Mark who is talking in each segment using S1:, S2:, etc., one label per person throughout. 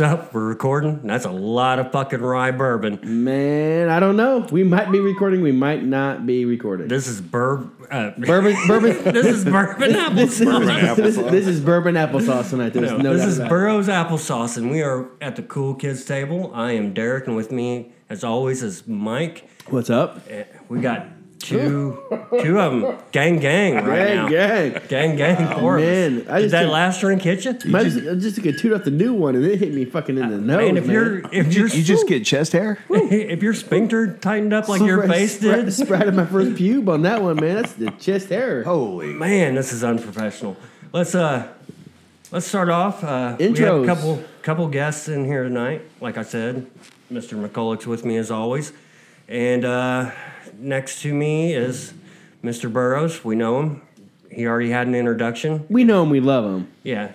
S1: up? We're recording. That's a lot of fucking rye bourbon.
S2: Man, I don't know. We might be recording. We might not be recording.
S1: This is bourbon. Uh,
S2: bourbon, bourbon.
S1: this is bourbon apple
S2: this, is,
S1: sauce.
S2: this, this is bourbon applesauce tonight. There's no, doubt
S1: this is
S2: about it.
S1: Burroughs applesauce, and we are at the cool kids table. I am Derek, and with me, as always, is Mike.
S2: What's up?
S1: Eh, We got two, two of them, gang, gang, right now.
S2: Gang,
S1: Gang,
S2: gang.
S1: gang, for us.
S2: man. I
S1: Did
S2: just
S1: that
S2: didn't-
S1: last drink hit you?
S2: Might just, just took a toot off the new one and it hit me fucking in the nose.
S1: Man, if
S2: man.
S1: you're if
S3: You,
S1: you're
S3: you just get chest hair?
S1: if your sphincter tightened up like your
S2: Sprat-
S1: face
S2: sprat-
S1: did,
S2: Spratted my first pube on that one, man. That's the chest hair.
S3: Holy.
S1: man, this is unprofessional. Let's uh, let's start off. Uh, We have a
S2: Intros.
S1: couple couple guests in here tonight. Like I said, Mr. McCulloch's with me as always, and uh, next to me is Mr. Burrows. We know him. He already had an introduction.
S2: We know him. We love him.
S1: Yeah.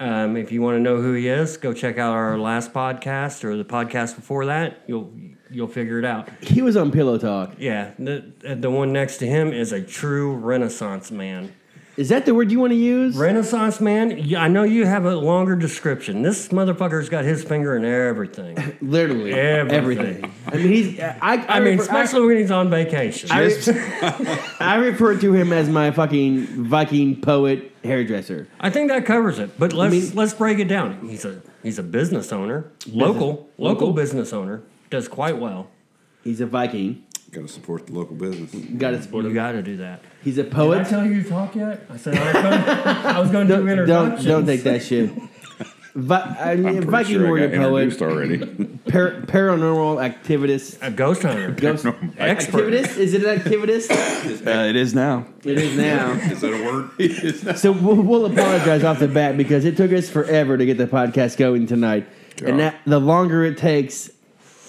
S1: Um, if you want to know who he is, go check out our last podcast or the podcast before that. You'll you'll figure it out.
S2: He was on Pillow Talk.
S1: Yeah, the the one next to him is a true Renaissance man.
S2: Is that the word you want to use?
S1: Renaissance man. Yeah, I know you have a longer description. This motherfucker's got his finger in everything.
S2: Literally
S1: Everything.
S2: everything. I mean, he's. I, I,
S1: I mean,
S2: refer-
S1: especially when he's on vacation.
S2: I, I refer to him as my fucking Viking poet hairdresser.
S1: I think that covers it. But let's
S2: mean-
S1: let's break it down. He's a he's a business owner, local local
S2: Local.
S1: business owner, does quite well.
S2: He's a Viking.
S4: Got to support the local business.
S2: Got to support
S1: You
S2: him.
S1: got to do that.
S2: He's a
S1: Did I
S2: poet.
S1: tell you to talk yet? I said I was gonna, I was gonna do
S2: Don't don't,
S1: introductions.
S2: don't take that shit. Vi- I mean,
S4: I'm pretty
S2: Viking
S4: sure I
S2: warrior
S4: got
S2: poet,
S4: introduced already.
S2: par- paranormal activist,
S1: A ghost hunter.
S2: ghost activist. Is it an activist?
S3: Uh, it is now.
S2: it is now.
S4: Is that a word?
S2: So we'll, we'll apologize off the bat because it took us forever to get the podcast going tonight, and that, the longer it takes,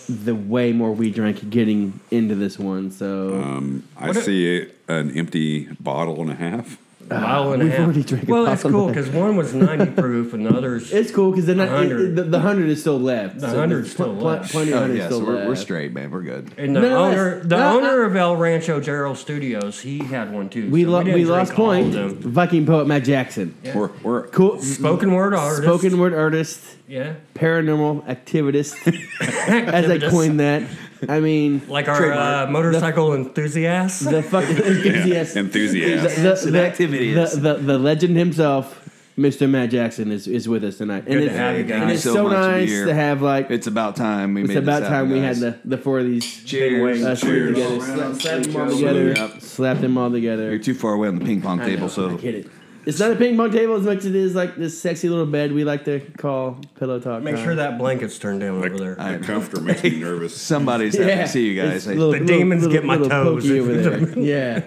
S2: the way more we drank getting into this one.
S4: Uh,
S2: So
S4: I see a, an empty bottle and a half.
S1: mile and a
S2: we've
S1: half.
S2: already drank a
S1: well, that's
S2: bottle
S1: cool
S2: of that.
S1: because one was 90 proof and the other's.
S2: it's cool because not it,
S1: 100.
S2: it- the, the hundred is still left.
S1: The
S2: so
S1: 100
S2: there's
S1: is still
S2: pl- pl-
S1: left.
S2: Plenty of
S3: Oh,
S2: hundred
S3: yeah,
S2: still
S3: so we're,
S2: left.
S3: we're straight, man. We're good.
S1: and the
S2: nonetheless,
S1: owner, the
S2: no,
S1: owner
S2: I-
S1: of El Rancho Gerald Studios, he had one too.
S2: We,
S1: so
S2: lo-
S1: didn't
S2: we
S1: drink
S2: lost
S1: all of
S2: point.
S1: them.
S2: Viking poet Matt Jackson.
S4: We're, we're
S2: Cool.
S1: Spoken word artist.
S2: Spoken word artist,
S1: Yeah.
S2: paranormal activist, as I
S1: Activist.
S2: coined that. I mean,
S1: Like our uh,
S2: trademark.
S1: motorcycle enthusiasts.
S2: the fucking enthusiast.
S4: enthusiasts.
S2: the,
S3: an activist.
S2: the, the, the legend himself, Mr. Matt Jackson, is, is with us tonight. And
S1: to
S2: it's,
S1: have you guys.
S2: and it's
S3: So
S2: so,
S3: much
S2: nice
S3: beer.
S2: to have, like, it's,
S3: It's about time we made this
S2: about
S3: happen,
S2: time we had
S3: guys.
S2: the, the four of these
S3: Cheers.
S2: uh, three
S4: Cheers.
S2: together. Sla- Slapped them all together.
S3: Yep.
S2: Slapped them all together.
S3: You're too far away on the ping pong
S2: I know,
S3: table,
S2: I
S3: so
S2: get it. It's not a ping pong table as much as it is like this sexy little bed we like to call pillow talk.
S1: Make
S2: time.
S1: sure that blanket's turned down over there.
S4: The comforter makes me nervous.
S3: somebody's happy to see you guys.
S2: it's
S3: Hey,
S2: little-
S1: The demons get my toes.
S2: pokey over there. yeah,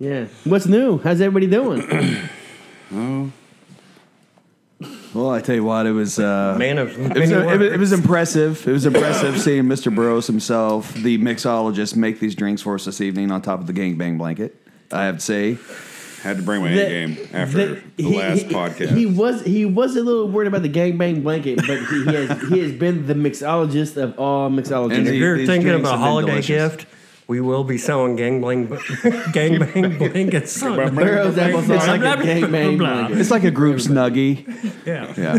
S2: yeah. What's new? How's everybody doing?
S3: well, I tell you what, it was. Uh,
S1: Man of
S3: it was,
S1: many
S3: it, was, it was
S1: words.
S3: impressive. It was impressive seeing Mr. Burroughs himself, the mixologist, make these drinks for us this evening on top of the gangbang blanket. I have to say,
S4: Had to bring my A game after the,
S2: he-
S4: last
S2: he-
S4: podcast.
S2: he was he was a little worried about the gangbang blanket, but he, he has he has been the mixologist of all
S3: And
S2: mixologists.
S1: If
S3: he-
S1: you're
S3: these
S1: thinking of
S3: drinks
S1: a
S3: have been
S1: holiday
S3: delicious.
S1: gift, we will be selling gangbang, gangbang blankets. on the-
S2: Burroughs applesauce
S1: It's like
S2: like
S1: a
S2: a gangbang
S1: blah, blah.
S2: blanket.
S3: it's like a group snuggie.
S1: Yeah,
S3: Yeah.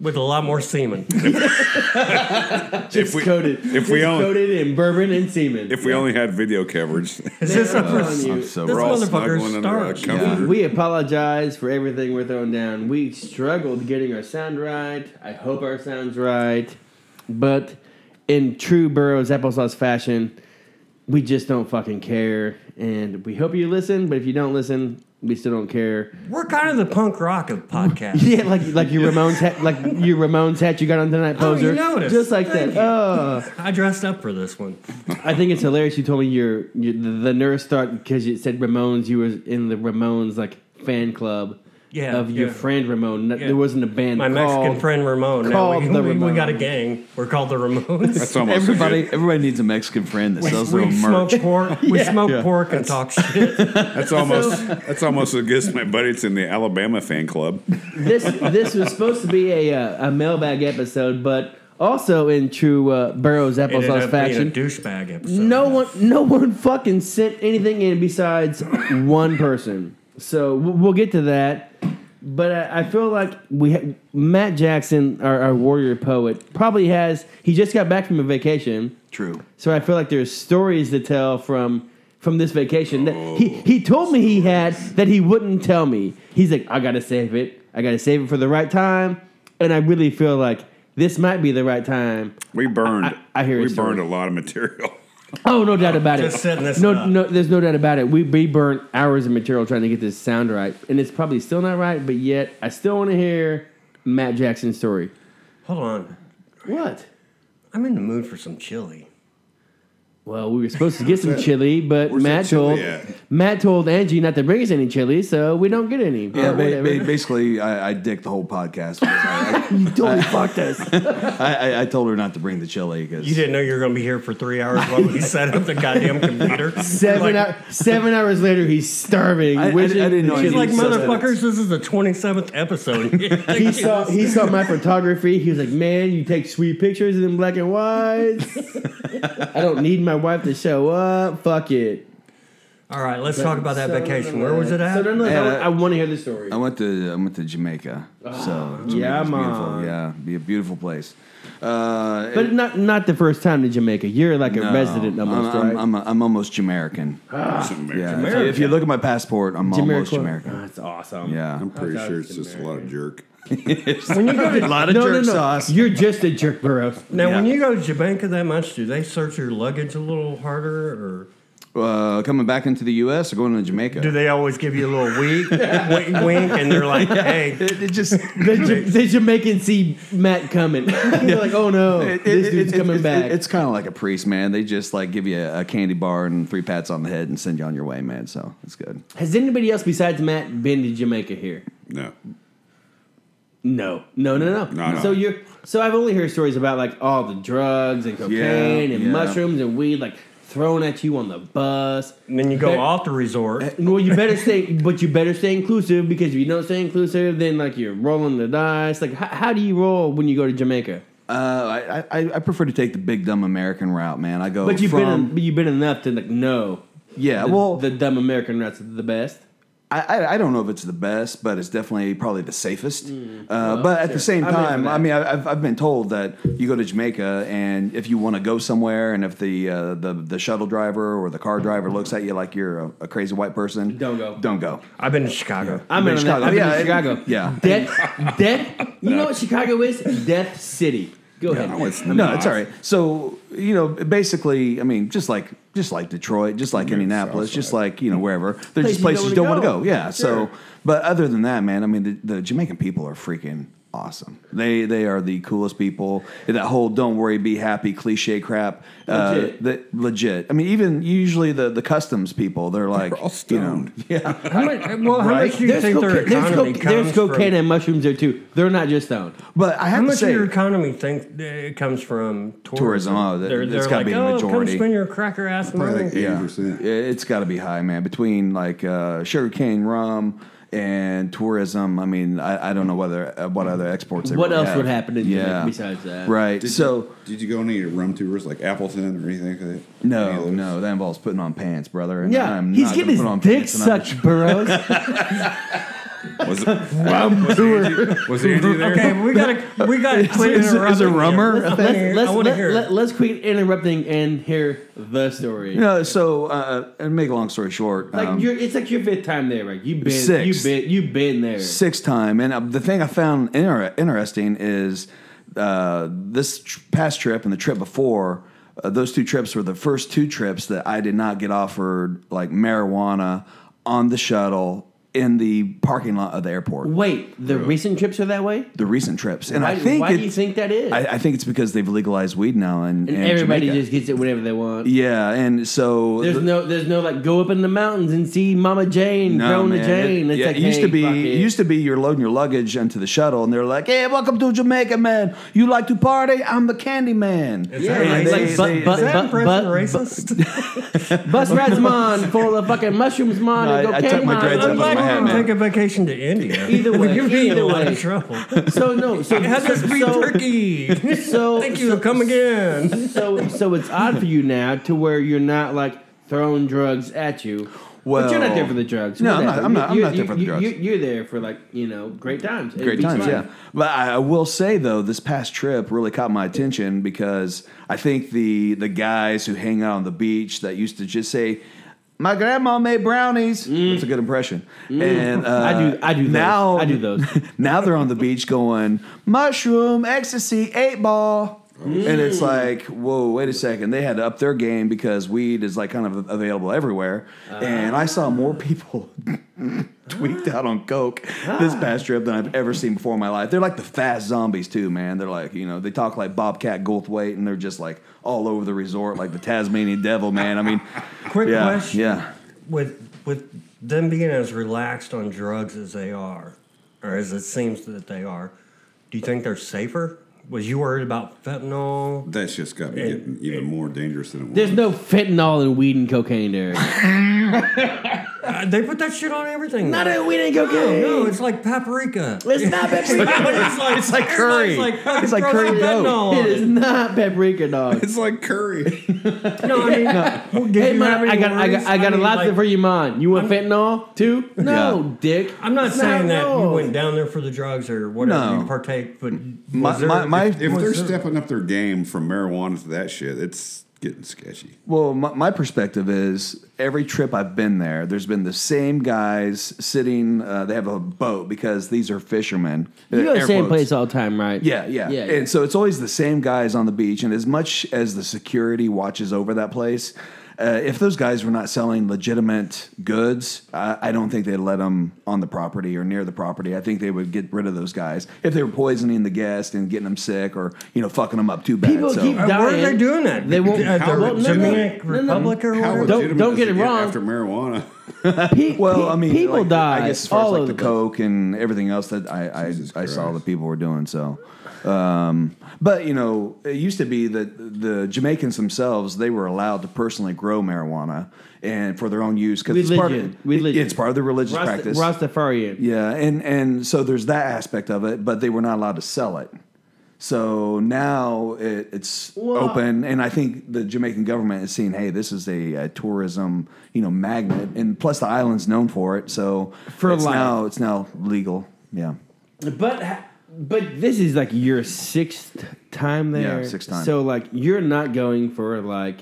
S1: with a lot more semen.
S4: if we,
S2: coated.
S4: if we
S2: It's
S4: own-
S2: coated in bourbon and semen.
S4: if we only had video coverage,
S1: Is this a
S2: I'm telling
S1: first?
S2: you,
S3: I'm so
S1: This
S4: we're all
S1: motherfucker's
S4: snuggling under a
S1: starved.
S4: comforter.
S2: We apologize for everything we're throwing down. We struggled getting our sound right. I hope our sound's right. But in true Burroughs applesauce fashion, we just don't fucking care. And we hope you listen, but if you don't listen, we still don't care.
S1: We're kind of the punk rock of podcasts.
S2: Yeah, like like your Ramones hat, like your Ramones hat you got on tonight,
S1: Oh, you
S2: poser.
S1: noticed.
S2: Just like
S1: Thank
S2: that. Oh,
S1: I dressed up for this one.
S2: I think it's hilarious. You told me your, your the, the nurse thought because you said Ramones, you were in the Ramones like fan club.
S1: Yeah,
S2: of your
S1: yeah.
S2: friend Ramon. No-
S1: Yeah.
S2: There wasn't a band.
S1: My
S2: called-
S1: Mexican friend Ramon. Now we,
S2: called the
S1: we, we
S2: Ramones.
S1: got a gang. We're called the Ramones.
S4: That's almost A
S3: Everybody,
S4: good,
S3: everybody needs a Mexican friend that sells their
S1: we
S3: own
S1: smoke
S3: merch.
S1: pork. We
S2: Yeah.
S1: smoke
S3: Yeah.
S1: pork and talk shit.
S4: that's almost that's almost against my buddies in the Alabama fan club.
S2: This this was supposed to be a uh, a mailbag episode, but also in true uh, Burroughs
S1: Ended
S2: applesauce
S1: up being a
S2: faction,
S1: douchebag episode.
S2: no one no one fucking sent anything in besides one person. So w- we'll get to that. But I, I feel like we ha- Matt Jackson, our, our warrior poet, probably has. He just got back from a vacation,
S3: True.
S2: so I feel like there's stories to tell from from this vacation. That he he told me he had that he wouldn't tell me. He's like, I gotta save it. I gotta save it for the right time. And I really feel like this might be the right time.
S4: We burned.
S2: I- I hear
S4: we
S2: his story.
S4: burned a lot of material.
S2: Oh, no doubt about
S1: Just
S2: it.
S1: setting this
S2: no,
S1: up.
S2: no, there's no doubt about it. We, we burnt hours of material trying to get this sound right, and it's probably still not right. But yet, I still want to hear Matt Jackson's story.
S1: Hold on.
S2: What?
S1: I'm in the mood for some chili.
S2: Well, we were supposed to get some chili, but
S4: Where's
S2: Matt
S4: that chili
S2: told
S4: at?
S2: Matt told Angie not to bring us any chili, so we don't get any.
S3: Yeah,
S2: Or
S3: ba-
S2: whatever.
S3: ba- basically, I, I dicked the whole podcast. because I,
S2: you totally fucked us.
S3: I, I, I told her not to bring the chili because
S1: You didn't know you were going to be here for three hours while we set up the goddamn computer.
S2: Seven
S1: like,
S2: hour, seven hours later, he's starving.
S3: I- I- I
S2: wishing
S3: didn't know
S2: the
S3: any-
S1: She's
S2: chili.
S1: like,
S3: He said that.
S1: motherfuckers, this is the 27th episode.
S2: He saw he saw my photography. He was like, "Man, you take sweet pictures in black and white." I don't need my wife to show up. Fuck it.
S1: All right, let's talk about that
S2: So
S1: vacation. Where was it
S2: So
S1: at?
S2: nonetheless,
S3: Yeah,
S2: I-
S3: that-
S2: I, want to hear the story.
S3: I went to I went to Jamaica. so Jamaica's
S2: yeah,
S3: beautiful.
S2: man.
S3: Yeah, be a beautiful place. Uh,
S2: but not not the first time to Jamaica. You're like a
S3: no,
S2: resident almost,
S3: uh, I'm,
S2: right?
S3: I'm, I'm, I'm almost Jamaican.
S4: It's American.
S3: Yeah, if you- If, you look at my passport, I'm
S2: Jamiroquai.
S3: almost Jamaican.
S2: Oh, that's awesome.
S3: Yeah,
S4: I'm pretty
S2: Okay,
S4: sure
S2: it's
S4: it's just a lot of jerk.
S1: When you go to,
S3: a lot of
S2: No, no,
S3: jerk
S2: no.
S3: sauce.
S2: You're just a jerk, Burrow.
S1: now, when
S3: Yeah.
S1: you go to Jamaica that much, do they search your luggage a little harder, or
S3: Uh, coming back into the U.S. or going to Jamaica?
S1: do they always give you a little wink, wink, wink, and they're like, "Hey,
S3: it, it just it,
S2: The, Ja- the Jamaicans see Matt coming. They're like, "Oh no,
S3: it-
S2: this
S3: it-
S2: dude's
S3: it-
S2: coming
S3: it-
S2: back."
S3: it's kind of like a priest, man. They just like give you a, a candy bar and three pats on the head and send you on your way, man. So it's good.
S2: Has anybody else besides Matt been to Jamaica here?
S4: No,
S2: No, no, no, no.
S4: No, no.
S2: So you're so I've only heard stories about like all the drugs and cocaine and
S3: yeah.
S2: mushrooms and weed like thrown at you on the bus.
S1: And then you go
S2: Hey.
S1: off the resort.
S2: Well, you better stay, but you better stay inclusive because if you don't stay inclusive, then like you're rolling the dice. Like, how, how do you roll when you go to Jamaica?
S3: Uh, I, I I prefer to take the big dumb American route, man. I go
S2: But you've been,
S3: from
S2: in, but you've been enough to like know.
S3: yeah.
S2: the-
S3: well,
S2: the dumb American rats are the best.
S3: I, I I don't know if it's the best, but it's definitely probably the safest. uh, but at the same
S2: I'm in for
S3: time,
S2: that.
S3: I mean, I, I've, I've been told that you go to Jamaica, and if you want to go somewhere, and if the, uh, the the shuttle driver or the car driver looks at you like you're a, a crazy white person,
S2: Don't go.
S3: Don't go.
S1: I've been to Chicago.
S2: I'm in
S3: been
S2: on
S3: to
S2: that.
S3: Chicago.
S2: I've been
S3: Yeah,
S2: to
S3: it-
S2: Chicago.
S3: yeah.
S2: death, death. You know what Chicago is? Death city. Go ahead.
S4: no, it's
S3: No,
S4: not.
S3: it's all right. So you know, basically, I mean, just like just like Detroit, just like Indianapolis, just
S4: Southside.
S3: like you know wherever, they're
S2: Places
S3: just places
S2: you
S3: you
S2: don't
S3: don't
S2: wanna
S3: want
S2: go.
S3: to go. Yeah.
S2: Sure.
S3: So, but other than that, man, I mean, the, the Jamaican people are freaking awesome. They they are the coolest people. That whole "don't worry, be happy" cliche crap. Uh,
S2: Legit.
S3: that legit. I mean, even usually the the customs people, they're like,
S4: We're all
S3: you know,
S4: stoned.
S1: How much, uh, well, how
S3: Right.
S1: much do you think their
S2: cocaine- there's
S1: economy
S2: coca-
S1: comes
S2: there's cocaine
S1: from?
S2: and mushrooms there too. They're not just stoned.
S3: but I
S1: How
S3: have to
S1: much of
S3: say,
S1: your economy think it comes from tourism?
S3: Tourism, oh, that-
S1: they're
S3: that's
S1: they're
S3: gotta
S1: like,
S3: be the
S1: oh, come
S3: majority."
S1: spend your cracker ass
S4: Probably
S1: money.
S4: like
S3: Yeah.
S4: 80%.
S3: Yeah, It's got to be high, man. Between like uh, sugarcane rum and tourism, I mean, I, I don't know whether uh, what other exports. They
S2: What
S3: really
S2: else
S3: have.
S2: would happen in Jamaica besides that?
S3: Right.
S4: Did
S3: so
S4: you, did you go on any rum tours like Appleton or anything? like that? Any of
S3: no,
S4: those?
S3: no, that involves putting on pants, brother. And
S2: Yeah,
S3: I'm
S2: he's
S3: not
S2: getting
S3: gonna put
S2: his
S3: on
S2: dick
S3: pants and I'm-
S2: sucked, Burrows.
S4: Was it? was, Andy, was Andy there?
S1: Okay, we gotta we gotta quit
S3: Is it-
S1: interrupting.
S3: is it rummer?
S1: you.
S3: Let's-
S2: let's,
S1: I
S2: let's,
S1: want to
S2: let,
S1: hear.
S2: let,
S1: it.
S2: let's quit interrupting and hear the story.
S3: No, so uh, and make a long story short,
S2: Like
S3: um,
S2: you're, it's like your fifth time there, right? You've been, you've
S3: Sixth.
S2: been, you've been there.
S3: sixth time. And uh, the thing I found inter- interesting is uh, this tr- past trip and the trip before. Uh, those two trips were the first two trips that I did not get offered like marijuana on the shuttle in the parking lot of the airport.
S2: Wait, the recent trips are that way.
S3: The recent trips, and
S2: Why,
S3: I think
S2: why do you
S3: it's-
S2: think that is?
S3: I, I think it's because they've legalized weed now, and,
S2: and everybody
S3: Jamaica.
S2: just gets it whenever they want.
S3: yeah, and so
S2: There's
S3: the-
S2: no, there's no like go up in the mountains and see Mama Jane,
S3: No,
S2: Grandma
S3: man.
S2: Jane.
S3: It,
S2: It's
S3: yeah,
S2: like,
S3: it used
S2: hey,
S3: to be.
S2: fuck
S3: It used to be you're loading your luggage into the shuttle, and they're like, "Hey, welcome to Jamaica, man. You like to party? I'm the Candy Man."
S2: Yeah,
S1: Is that
S2: it's
S1: racist?
S2: like but-
S1: Is
S2: but-
S1: that
S2: but-
S1: impressive racist?
S2: Bus rats mon full of fucking mushrooms mon
S3: No,
S2: and
S3: I- I
S2: cocaine
S3: took my
S2: mon.
S1: I'm
S3: dreads out of my
S1: glad
S3: hat,
S1: you
S3: man.
S1: take a vacation to India.
S2: Either way,
S1: you're in
S2: either
S1: a lot
S2: way.
S1: of trouble.
S2: So no, so
S1: It has
S2: so,
S1: to be
S2: so,
S1: turkey.
S2: so
S1: Thank you. Come again.
S2: So so it's odd for you now to where you're not like throwing drugs at you.
S3: Well,
S2: but you're not there for the drugs.
S3: No, I'm
S2: We're
S3: not.
S2: there.
S3: I'm not, I'm
S2: You-
S3: not
S2: you-
S3: there for the
S2: you-
S3: drugs.
S2: You, you're there for like you know great times.
S3: Great times, yeah. But I I will say though, this past trip really caught my attention because I think the the guys who hang out on the beach that used to just say, "My grandma made brownies."
S2: Mm.
S3: That's a good impression. And uh,
S2: I do. I do. Those.
S3: now.
S2: I do those.
S3: now they're on the beach going mushroom ecstasy eight ball. And
S2: Mm.
S3: it's like, whoa, wait a second. They had to up their game because weed is like kind of available everywhere.
S2: Ah.
S3: and I saw more people tweaked out on coke
S2: Ah.
S3: this past trip than I've ever seen before in my life. They're like the fast zombies too, man. They're like, you know, they talk like Bobcat Goldthwait, and they're just like all over the resort, like the Tasmanian devil, man. I mean,
S1: Quick
S3: yeah,
S1: question.
S3: yeah.
S1: with with them being as relaxed on drugs as they are, or as it seems that they are, do you think they're safer? Was you worried about fentanyl?
S4: That's just got to be getting even more dangerous than it was.
S2: There's no fentanyl and weed and cocaine there.
S1: Uh, they put that shit on everything. now.
S2: weed and
S1: no, no, it's like paprika.
S2: It's not paprika.
S1: it's like
S3: It's like curry.
S1: It's like,
S3: It's like
S1: fucking
S3: curry goat.
S1: fentanyl on
S2: It is
S1: it.
S2: not paprika, dog.
S4: It's like curry.
S1: No, I mean, well, did
S2: Hey,
S1: you have
S2: man,
S1: any
S2: I got, I got,
S1: worries?
S2: I got
S1: mean,
S2: a lot
S1: like,
S2: for you, man. You want fentanyl too? No,
S3: Yeah.
S2: dick.
S1: I'm not
S2: It's
S1: saying that you
S2: no.
S1: went down there for the drugs or whatever
S3: No.
S1: you partake, but
S3: My,
S1: was there- Uh,
S3: my, my,
S4: If they're stepping up their game from marijuana to that shit, it's getting sketchy.
S3: Well, my, my perspective is every trip I've been there, there's been the same guys sitting. Uh, they have a boat because these are fishermen.
S2: You go to
S3: Uh, Air
S2: the same
S3: quotes.
S2: place all the time, right?
S3: Yeah, yeah,
S2: Yeah,
S3: And so it's always the same guys on the beach. And as much as the security watches over that place, uh, if those guys were not selling legitimate goods, I, I don't think they'd let them on the property or near the property. I think they would get rid of those guys if they were poisoning the guest and getting them sick or you know fucking them up too bad.
S2: People
S3: so.
S2: keep
S1: Uh, where are they
S2: dying.
S1: doing that?
S2: They won't-
S1: Uh,
S4: How
S1: the
S4: would-
S1: Dominican
S2: no, no, no.
S1: Republic or
S4: How
S1: whatever.
S2: Don't-
S4: legitimate
S2: don't
S4: does
S2: get it
S4: get
S2: wrong.
S4: After marijuana,
S2: Pe-
S3: Well, I mean,
S2: people
S3: like,
S2: die.
S3: I guess as far
S2: all
S3: as like
S2: over
S3: the
S2: the place.
S3: coke and everything else that I
S4: Jesus
S3: I, I saw
S4: Christ.
S3: that people were doing. So, um, but you know, it used to be that the Jamaicans themselves they were allowed to personally grow marijuana and for their own use because it's part
S2: Religion.
S3: of
S2: Religion.
S3: it's part of the religious practice.
S2: Rasta- Rastafarian.
S3: Yeah, and and so there's that aspect of it, but they were not allowed to sell it. So now it, it's
S2: Well-
S3: open, and I think the Jamaican government is seeing, hey, this is a, uh tourism, you know, magnet, and plus the island's known for it. So
S2: For
S3: it's
S2: life.
S3: now it's now legal. Yeah,
S2: But but this is like your sixth time there.
S3: Yeah, sixth time.
S2: So like you're not going for like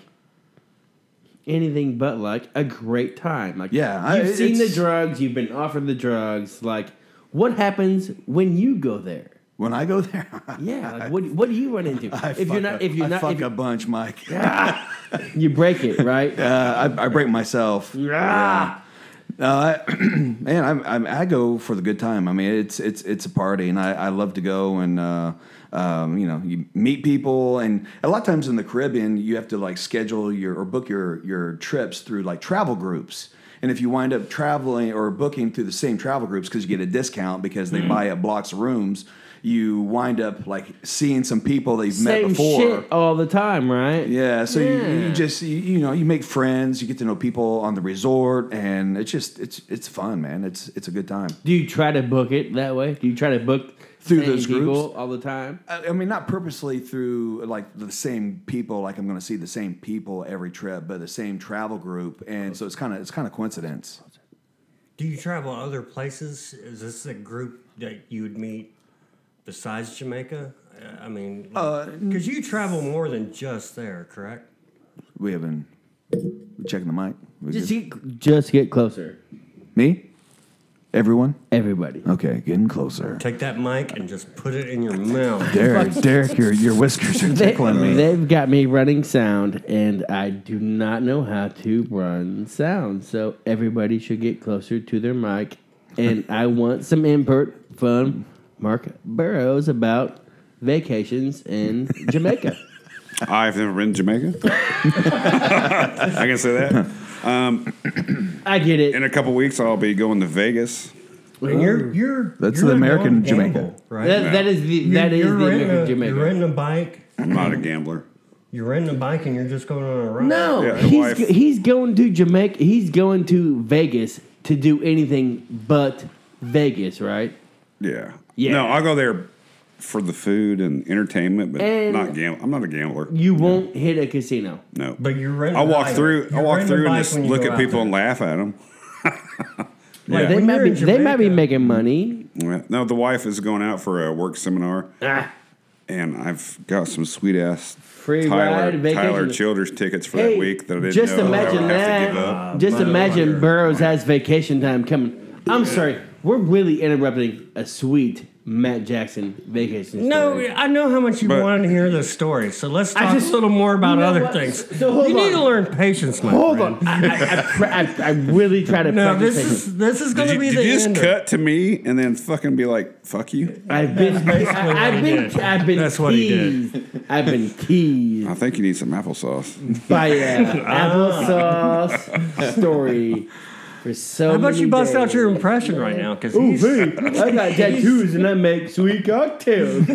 S2: anything but like a great time. Like
S3: Yeah, I-
S2: you've seen the
S3: it's-
S2: drugs. You've been offered the drugs. Like what happens when you go there?
S3: when I go there,
S2: Yeah. Like, what what do you run into
S3: I
S2: if you're
S3: fuck
S2: not
S3: up-
S2: if you're
S3: I
S2: not
S3: fuck
S2: if
S3: a bunch, Mike.
S2: you break it right?
S3: Uh, I, I break myself.
S2: Ah.
S3: Uh, I, man, I'm, I'm, I go for the good time. I mean, it's it's it's a party, and I, I love to go and uh, um, you know you meet people, and a lot of times in the Caribbean, you have to like schedule your or book your your trips through like travel groups. And if you wind up traveling or booking through the same travel groups because you get a discount because
S2: Mm-hmm.
S3: they buy up blocks of rooms, you wind up like seeing some people that you've met
S2: Same
S3: before.
S2: shit all the time, right?
S3: Yeah, so You,
S2: Yeah.
S3: you just you, you know you make friends, you get to know people on the resort, and it's just it's it's fun, man. It's it's a good time.
S2: Do you try to book it that way? Do you try to book
S3: Through
S2: same
S3: those groups?
S2: people all the time?
S3: I, I mean, not purposely through like the same people, like I'm going to see the same people every trip, but the same travel group, and so it's kind of it's kind of coincidence.
S1: Do you travel other places? Is this a group that you would meet besides Jamaica? Uh, I mean, because you travel more than just there, correct?
S3: We haven't we checking the mic. We
S2: Just get,
S3: good?
S2: just get closer,
S3: me, everyone.
S2: everybody.
S3: Okay, getting closer.
S1: Take that mic and just put it in your mouth.
S3: Derek, Derek, your your whiskers are
S2: They,
S3: tickling me.
S2: have got me running sound, and I do not know how to run sound. So everybody should get closer to their mic, and I want some input from Mark Burrows about vacations in Jamaica.
S4: I've never been to Jamaica. I can say that.
S2: I get
S4: In
S2: it.
S4: a couple weeks, I'll be going to Vegas.
S1: And you're you're
S3: That's
S1: you're
S3: the
S1: a
S3: American
S1: known
S3: Jamaica.
S1: gamble, right?
S2: That, that is the
S1: You-
S2: that is the
S1: you're renting
S2: American
S1: a-
S2: Jamaica.
S1: You're renting a bike.
S4: I'm not a gambler.
S1: You're renting a bike and you're just going on a ride.
S2: No,
S4: Yeah, the
S2: he's
S4: wife-
S2: go- he's going to Jamaica. He's going to Vegas to do anything but Vegas, right?
S4: Yeah.
S2: Yeah.
S4: No, I'll go there for the food and entertainment, but
S2: And-
S4: not gamble. I'm not a gambler.
S2: You won't hit a casino.
S4: No.
S1: but you're renting.
S4: I walk
S1: a bike.
S4: through. I
S1: You're
S4: walk
S1: renting a
S4: through and
S1: bike
S4: just
S1: when you
S4: look
S1: go
S4: at
S1: out
S4: people
S1: there.
S4: and laugh at them.
S1: Like,
S2: They
S1: when
S2: might
S1: you're
S2: be
S1: in
S2: they might be
S1: Jamaica-
S2: making money.
S4: Yeah. No, the wife is going out for a work seminar,
S2: Ah,
S4: and I've got some sweet ass
S2: Free
S4: Tyler,
S2: ride, vacation.
S4: Tyler Childers tickets for
S2: Hey,
S4: that week that I didn't
S2: just
S4: know
S2: imagine
S4: I would
S2: that.
S4: have to give up.
S2: Just
S1: mother-
S2: imagine
S1: mother-
S2: Burroughs has vacation time coming. I'm sorry, we're really interrupting a sweet Matt Jackson vacation.
S1: No,
S2: story.
S1: I know how much you
S4: But-
S1: want to hear this story, so let's
S2: I
S1: talk
S2: just-
S1: a little more about
S2: You know
S1: other
S2: what?
S1: things.
S2: So hold
S1: you need
S2: on.
S1: to learn patience, my
S2: hold
S1: friend.
S2: on. I, I, I, pr- I, I really try to.
S1: No,
S2: practice
S1: this
S2: patience.
S1: is this is going
S4: Did
S1: to
S4: you,
S1: be
S4: did
S1: the
S4: you just
S1: end.
S4: cut to me and then fucking be like, "Fuck you"?
S2: I've been,
S1: basically
S2: I,
S1: what
S2: have
S1: he
S2: been,
S1: did.
S2: I've been
S1: That's
S2: teased.
S1: what he did.
S2: I've been teased
S4: I think you need some applesauce.
S2: by an
S1: Ah.
S2: applesauce story for so.
S1: How about
S2: many
S1: you bust
S2: days.
S1: out your impression right now? Because
S2: Ooh,
S1: he's
S2: hey, I got tattoos and I make sweet cocktails.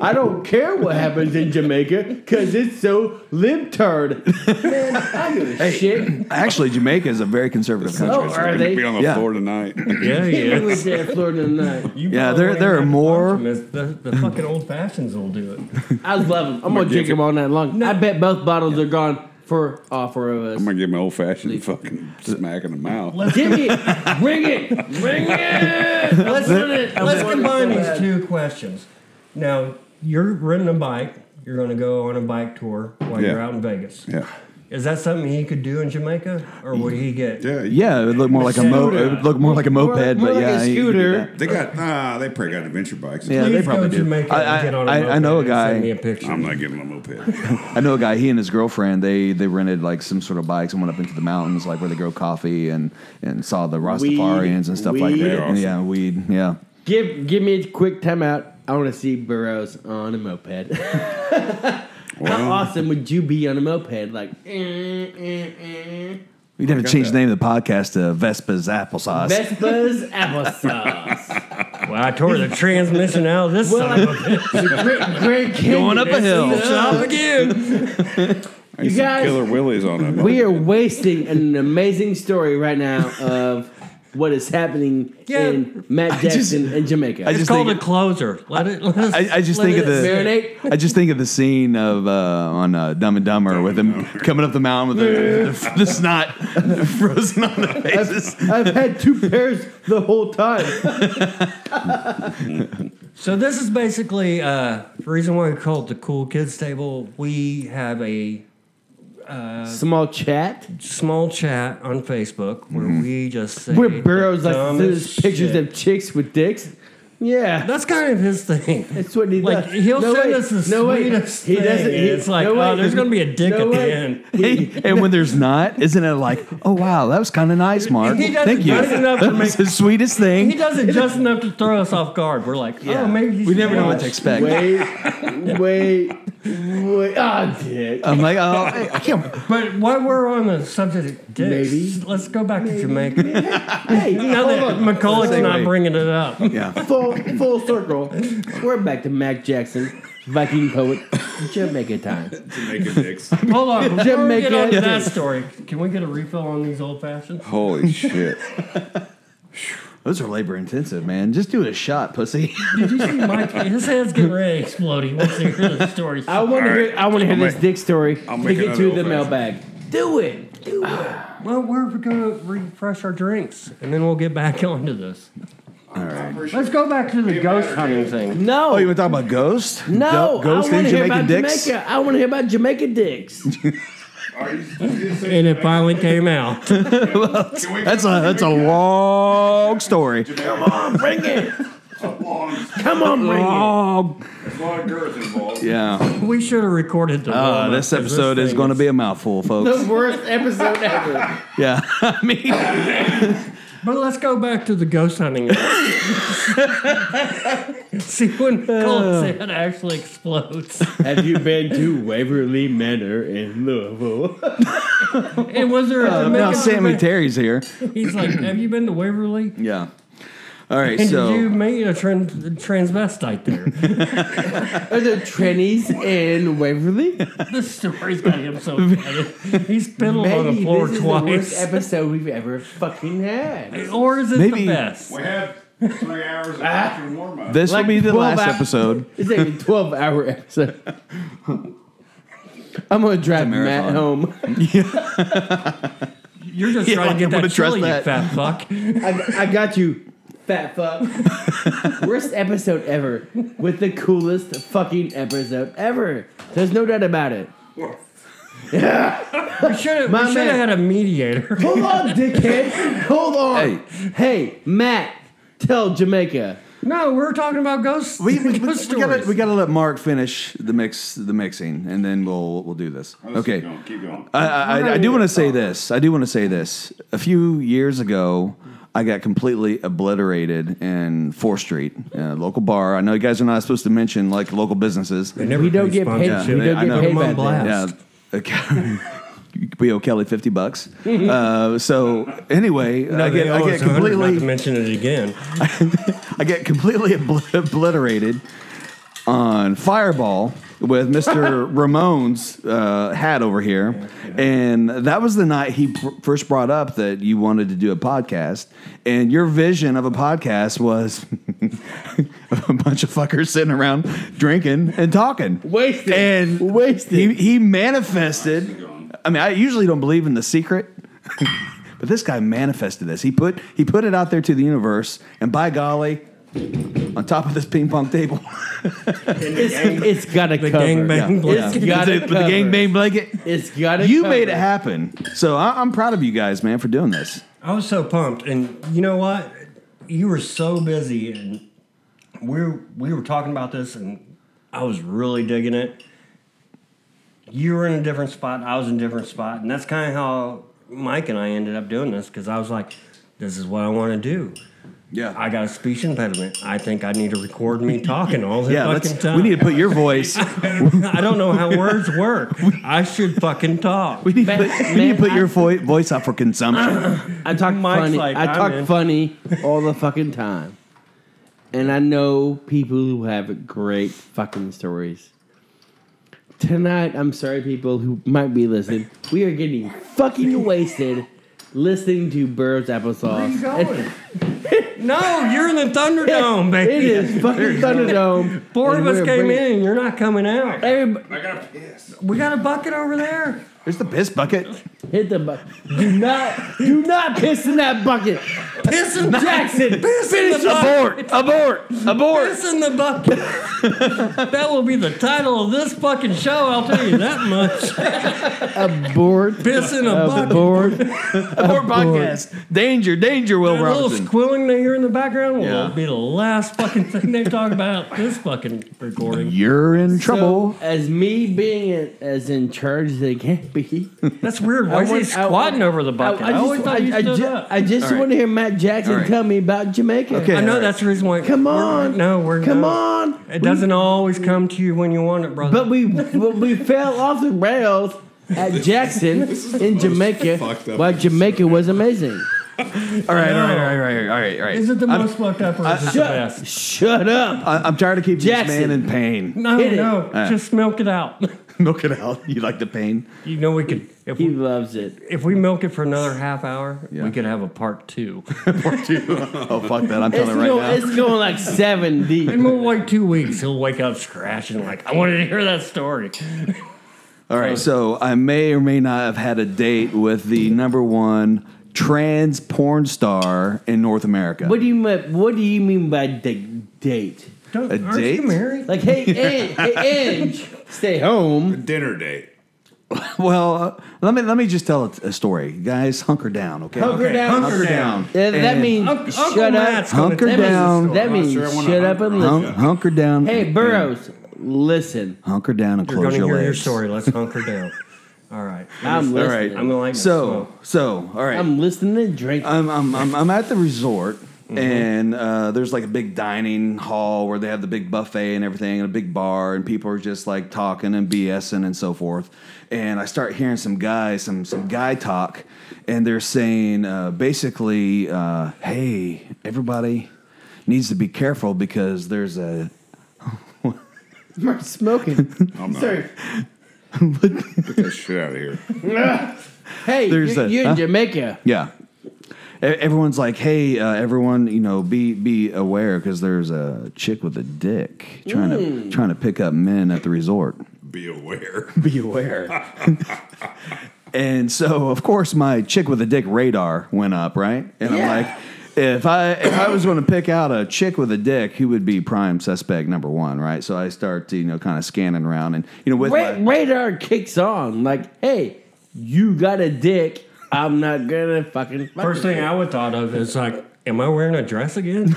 S2: I don't care what happens in Jamaica because it's so libtard. Man, I give a shit.
S3: Actually, Jamaica is a very conservative country.
S2: Oh,
S4: We're
S2: are
S4: gonna
S2: they?
S4: be on the
S3: Yeah.
S4: floor tonight?
S1: yeah, he
S2: It
S1: is.
S2: was there Florida tonight.
S1: You
S3: Yeah,
S1: probably
S3: there-
S1: ain't
S3: there are
S1: got to
S3: more-
S1: punch him. It's The, the fucking old fashions will do it.
S2: I love them. I'm gonna drink them all night long. I bet both bottles are gone for all four of us.
S4: I'm gonna give him an old fashioned fucking smack in the mouth.
S2: Give me it, bring it, bring it. Let's do it.
S1: Let's combine these
S2: two.
S1: two questions. Now, you're renting a bike. You're going to go on a bike tour while
S4: Yeah.
S1: you're out in Vegas.
S4: Yeah,
S1: Is that something he could do in Jamaica, or would he get?
S4: yeah, you-
S3: Yeah, it would look more like a mo. It would look more like a
S2: More-
S3: moped,
S2: more
S3: but
S2: like a
S3: yeah, you could do
S2: scooter.
S3: that.
S4: They got ah, they probably got adventure bikes.
S3: Yeah,
S1: Please
S3: they probably
S1: go
S3: do.
S1: Jamaica
S3: I-
S1: and get on a
S3: I- I know a
S1: moped and
S3: guy-
S1: Send me a picture.
S4: I'm not giving him a moped.
S3: I know a guy. He and his girlfriend they they rented like some sort of bikes and went up into the mountains, like where they grow coffee and and saw the Rastafarians and stuff like
S2: Weed.
S3: that.
S4: They're awesome.
S3: Yeah, weed. Yeah.
S2: Give give me a quick timeout. I want to see Burroughs on a moped. How
S4: Well,
S2: awesome would you be on a moped? Like, mm, mm, mm.
S3: We'd have to change the name of the podcast to Vespa's Applesauce.
S2: Vespa's applesauce.
S1: Well, I tore the transmission out of this son of a bitch.
S2: Great, great Canyon.
S3: Going up a hill.
S2: That's
S1: Stop
S2: enough.
S1: again.
S4: I used
S2: you
S4: to
S2: guys-
S4: killer willies on him.
S2: We are wasting an amazing story right now of what is happening
S1: Yeah.
S2: in Matt
S3: just-
S2: Jackson in Jamaica.
S3: I
S1: It's
S3: just
S1: called
S3: think-
S1: a closer. Let it. Let us,
S3: I, I just
S1: let
S3: think of
S1: it
S3: the
S2: marinate.
S3: I just think of the scene of uh, on uh, Dumb and Dumber with him coming up the mountain with the, the, the snot frozen on the faces.
S2: I've had two pairs the whole time.
S1: So this is basically uh, the reason why we call it the cool kids table. We have a
S3: Uh,
S2: Small chat.
S1: small chat on Facebook where
S3: Mm-hmm.
S1: we just say
S2: Where Burroughs
S1: the
S2: like
S1: dumbest
S2: sends pictures
S1: shit.
S2: of chicks with dicks. Yeah.
S1: That's kind of his thing.
S2: That's what he
S1: Like,
S2: does.
S1: he'll send us the
S2: wait.
S1: sweetest thing, and it's like, oh,
S2: wait.
S1: there's gonna be a dick at the
S2: wait.
S1: end.
S2: He-
S3: and when there's not, isn't it like, oh wow, that was kind of nice, Mark?
S1: He does
S3: Thank
S1: it
S3: you.
S1: nice enough to
S3: That was the sweetest
S1: He
S3: thing.
S1: does it just enough to throw us off guard. We're like, oh, maybe you
S3: we
S1: should
S3: never know
S1: watch.
S3: what to expect.
S2: wait, wait, wait. Ah, dick.
S3: I'm like, oh, hey, I can't.
S1: But while we're on the subject of dicks,
S2: Maybe.
S1: let's go back to Jamaica.
S2: Hey,
S1: now that
S2: hold on.
S1: McCulloch's not
S3: Segue.
S1: bringing it up.
S3: Yeah,
S2: Full, full circle. We're back to Mac Jackson, Viking poet, Jamaica time.
S4: Jamaican dicks.
S1: Hold on, before we get
S2: Jamaica
S1: on to that
S2: dicks.
S1: story, can we get a refill on these old fashions?
S4: Holy shit!
S3: those are labor intensive, man. Just do it a shot, pussy.
S1: Did you see Mike? His head's getting ready to explode. He wants to hear the story.
S2: I want to
S4: All
S2: hear.
S4: right.
S2: I want to hear
S4: I'll
S2: this
S4: make-
S2: dick story
S4: I'll
S2: to
S4: make
S2: get
S4: another
S2: to the
S4: old-fashioned.
S2: mailbag. Do it. Do it.
S1: Well, we're going to refresh our drinks, and then we'll get back onto this. Let's go back to the ghost hunting thing.
S2: No.
S3: Oh, you want to talk about ghost?
S2: no.
S3: Go-
S2: I want
S3: ghost and
S2: to hear about
S3: Jamaican dicks.
S2: Jamaica. I want to hear about Jamaica dicks.
S1: And it finally came out.
S3: That's a that's a long story.
S4: Come on, bring
S2: it.
S4: Come on, bring
S3: Long.
S4: There's a lot of girth involved.
S3: Yeah.
S1: We should have recorded the.
S3: Uh,
S1: walnut,
S3: this
S1: 'cause
S3: episode is
S1: thing
S3: going to be a mouthful, folks.
S2: the worst episode ever.
S3: Yeah. I mean,
S1: But let's go back to the ghost hunting. See when
S3: Uh.
S1: Cullen's head actually explodes.
S2: Have you been to Waverly Manor in Louisville?
S1: And was there a
S3: now
S1: Jamaican?
S3: Uh, Sammy Terry's here.
S1: He's like, have you been to Waverly?
S3: Yeah. All right.
S1: And
S3: so
S1: did you meet a tran- transvestite there?
S2: Are there trannies in Waverly?
S1: this story's got him so excited. He's piddled on the floor
S2: this is the
S1: twice.
S2: worst episode we've ever fucking had.
S1: or is it
S3: Maybe-
S1: the best?
S4: We had three hours of
S2: Ah.
S4: fucking warm up.
S3: this
S2: like
S3: will be the
S2: 12
S3: last
S2: hours.
S3: episode.
S2: It's like a 12 hour episode. I'm gonna drive Matt
S3: marathon.
S2: home.
S1: You're just
S3: Yeah,
S1: trying to
S3: like, I
S1: get that
S3: wouldn't trust
S1: chili, you
S3: that.
S1: fat fuck.
S2: I, I got you, fat fuck. Worst episode ever with the coolest fucking episode ever. There's no doubt about it.
S1: We should have
S2: My man.
S1: had a mediator.
S2: Hold on, dickhead. Hold on. Hey, Matt, tell Jamaica.
S1: No, we're talking about ghosts.
S3: We, we, we,
S1: ghost
S3: we gotta,
S1: stories.
S3: we gotta let Mark finish the mix the mixing, and then we'll we'll do this. Okay.
S4: Keep going. Keep going.
S3: I, I, I- I do want to say this. I do want to say this. A few years ago, I got completely obliterated in Fourth Street, uh, local bar. I know you guys are not supposed to mention like local businesses.
S1: They never
S2: We don't
S1: pay
S2: get paid.
S1: sponsorship.
S2: we
S3: Yeah,
S2: don't
S3: I
S2: get
S3: know.
S1: Put
S2: paid
S1: 'em on
S2: back then.
S1: blast.
S3: Yeah. Uh, Okay. We owe Kelly fifty bucks. Uh, so anyway,
S1: No,
S3: I
S1: they
S3: get I
S1: owe
S3: get
S1: us a hundred Oh, Not
S3: completely
S1: to mention it again.
S3: I get completely obl- obliterated on Fireball with Mr. Ramon's uh, hat over here. And that was the night he pr- first brought up that you wanted to do a podcast. And your vision of a podcast was a bunch of fuckers sitting around drinking and talking.
S2: Wasted.
S3: And
S2: Wasted.
S3: He, he manifested. I mean, I usually don't believe in the secret. But this guy manifested this. He put he put it out there to the universe, and by golly, on top of this ping pong table,
S2: It's, it's got a
S1: The
S2: cover.
S1: gangbang blast.
S2: It's got
S3: the,
S2: a
S3: the
S2: cover.
S3: gangbang blanket.
S2: It's got a
S3: You
S2: cover.
S3: made it happen. So I, I'm proud of you guys, man, for doing this.
S1: I was so pumped, and you know what? You were so busy, and we were, we were talking about this, and I was really digging it. You were in a different spot. I was in a different spot, and that's kind of how Mike and I ended up doing this because I was like, "This is what I want to do."
S3: Yeah,
S1: I got a speech impediment. I think I need to record me talking all the
S3: yeah.
S1: fucking
S3: Let's,
S1: time.
S3: we need to put your voice.
S1: I don't know how words work. I should fucking talk.
S3: We need,
S2: Man,
S3: to put, we need
S2: man,
S3: to put
S2: I-
S3: your vo- voice out for consumption.
S2: I talk
S1: Mike's
S2: funny.
S1: like,
S2: I
S1: "I'm
S2: talk
S1: in."
S2: funny all the fucking time, and I know people who have great fucking stories. Tonight, I'm sorry, people who might be listening. We are getting fucking wasted listening to Burroughs applesauce.
S1: no, you're in the Thunderdome,
S2: And It
S1: baby.
S2: is fucking Thunderdome.
S1: Four of
S2: and
S1: us
S2: we're
S1: came
S2: bringing-
S1: in, and you're not coming out.
S2: Everybody,
S4: I got pissed.
S1: We got a bucket over there.
S3: There's the piss bucket.
S2: hit the bucket. Do not, do not piss in that bucket,
S1: Piss in
S2: Jackson.
S1: Piss in the bucket.
S3: Abort! Abort! Abort!
S1: Piss in the bucket. that will be the title of this fucking show. I'll tell you that much.
S2: Abort.
S1: Piss in a bucket.
S2: Abort.
S3: Abort podcast. Danger! Danger! Will
S1: That little
S3: Robinson.
S1: squealing they hear in the background will
S3: Yeah.
S1: be the last fucking thing they talk about this fucking recording.
S3: You're in trouble.
S2: So, as me being in, as in charge as I can be.
S1: That's weird. Why
S2: I
S1: is he
S2: want- I
S1: squatting
S2: want-
S1: over the bucket? I,
S2: just,
S1: always thought you
S2: I,
S1: stood
S2: ju-
S1: up.
S2: I just
S3: All right.
S2: want to hear Matt Jackson
S3: All right.
S2: tell me about Jamaica.
S3: Okay.
S1: I know
S3: All right.
S1: that's the reason why.
S2: Come
S1: we're-
S2: on.
S1: no, we're
S2: Come
S1: no.
S2: on.
S1: It doesn't always come to you when you want it, brother.
S2: But we but we fell off the rails at Jackson in Jamaica
S4: fucked up
S2: while Jamaica was amazing.
S3: All right, all right, all right, all right, all right, all right.
S1: is it the
S3: I'm-
S1: most fucked up or is it the
S2: Shut,
S1: best?
S2: shut up.
S3: I, I'm tired of keeping
S2: Jackson.
S3: this man in pain.
S1: No,
S2: Hit it.
S1: no, just milk it out.
S3: Milk it out. You like the pain?
S1: You know we could if
S2: He
S1: we,
S2: loves it.
S1: if we milk it for another half hour,
S3: Yeah.
S1: we could have a part two,
S3: Oh fuck that! I'm
S2: It's,
S3: telling right
S2: go-
S3: now.
S2: it's going like seven deep.
S1: and we'll wait two weeks. He'll wake up scratching like I wanted to hear that story.
S3: All right, so I may or may not have had a date with the number one trans porn star in North America.
S2: What do you mean? What do you mean by da- date?
S1: Don't,
S3: A
S1: aren't
S3: date?
S1: you married?
S2: Like, hey, Ange, hey, Ange, stay home.
S4: Dinner date.
S3: Well, uh, let me let me just tell a, a story, guys. Hunker down, okay?
S2: Hunker
S1: Okay,
S2: down.
S1: hunker down.
S2: Yeah, Uh, that
S3: And
S2: means
S1: Uncle,
S2: shut
S1: Uncle
S2: up.
S1: Matt's gonna
S3: Hunker
S1: tell
S2: that
S1: us the story.
S2: means,
S3: down.
S2: that
S4: I'm
S2: means
S4: sure I wanna
S2: shut up and
S3: hun-
S2: listen.
S3: hunker down.
S2: Hey,
S3: and-
S2: Burroughs, listen.
S3: hunker down and
S1: You're
S3: close
S1: gonna
S3: your
S1: hear your
S3: legs.
S1: story. Let's hunker down. All right.
S2: I'm
S3: All
S2: listening.
S3: right,
S1: I'm like
S3: so so all right.
S2: I'm listening and drinking.
S3: I'm I'm I'm, I'm at the resort. And uh, there's like a big dining hall where they have the big buffet and everything, and a big bar, and people are just like talking and BSing and so forth. And I start hearing some guys, some some guy talk, and they're saying uh, basically, uh, "Hey, everybody needs to be careful because there's a
S2: I'm smoking.
S4: I'm not.
S2: Sorry.
S4: Get that shit out of here.
S2: Hey,
S3: There's
S2: you're,
S3: a-
S2: you're in
S3: huh?
S2: Jamaica.
S3: Yeah. E- Everyone's like, "Hey, uh, everyone, you know, be be aware because there's a chick with a dick trying to trying to pick up men at the resort.
S4: Be aware.
S3: Be aware." And so, of course, my chick with a dick radar went up, right? And I'm
S2: Yeah.
S3: like, if I if I was going to pick out a chick with a dick, who would be prime suspect number one, right? So I start to you know kind of scanning around, and you know with
S2: Ra-
S3: my,
S2: radar kicks on. Like, hey, you got a dick. I'm not gonna fucking. fuck
S1: First
S2: with
S1: thing
S2: you.
S1: I would thought of is like, am I wearing a dress again?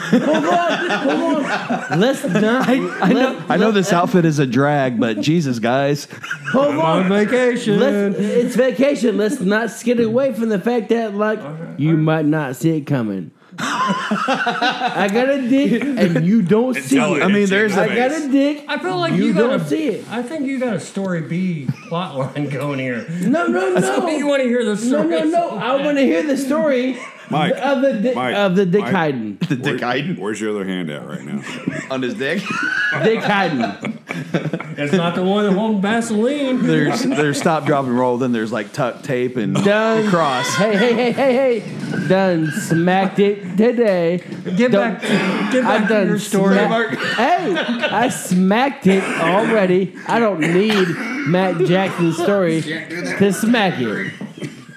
S2: Let's not. I, know.
S3: I know this outfit is a drag, but Jesus, guys,
S2: Hold
S1: on
S2: on.
S1: vacation.
S2: Let's, it's vacation. Let's not skid away from the fact that, like, you might not see it coming. I got a dick, and you don't see
S4: Tell
S2: it.
S4: it
S3: I mean,
S4: in
S3: there's
S2: I
S4: your
S3: a-
S2: got
S4: face.
S2: a dick.
S1: I feel like
S2: You
S1: you, got
S2: don't
S1: a,
S2: see it.
S1: I think you got a story B plot line going here.
S2: No, no, no.
S1: You want to hear the
S2: no,
S1: story?
S2: no, no. I want to hear the story
S4: Mike,
S2: of the dick
S4: Mike,
S2: of the dick
S4: Mike.
S2: hiding.
S3: the dick hiding
S4: Where's your other hand at right now?
S3: on his dick.
S2: Dick hiding.
S1: It's not the one that won't Vaseline.
S3: There's there's stop, drop, and roll. Then there's like tuck tape and
S2: Done.
S3: cross.
S2: Hey, hey, hey, hey, hey. Done smacked it today.
S1: Get
S2: Don't-
S1: back, get
S2: I
S1: back to
S2: done
S1: your story.
S2: smack- hey, I smacked it already. I don't need Matt Jackson's story to smack it.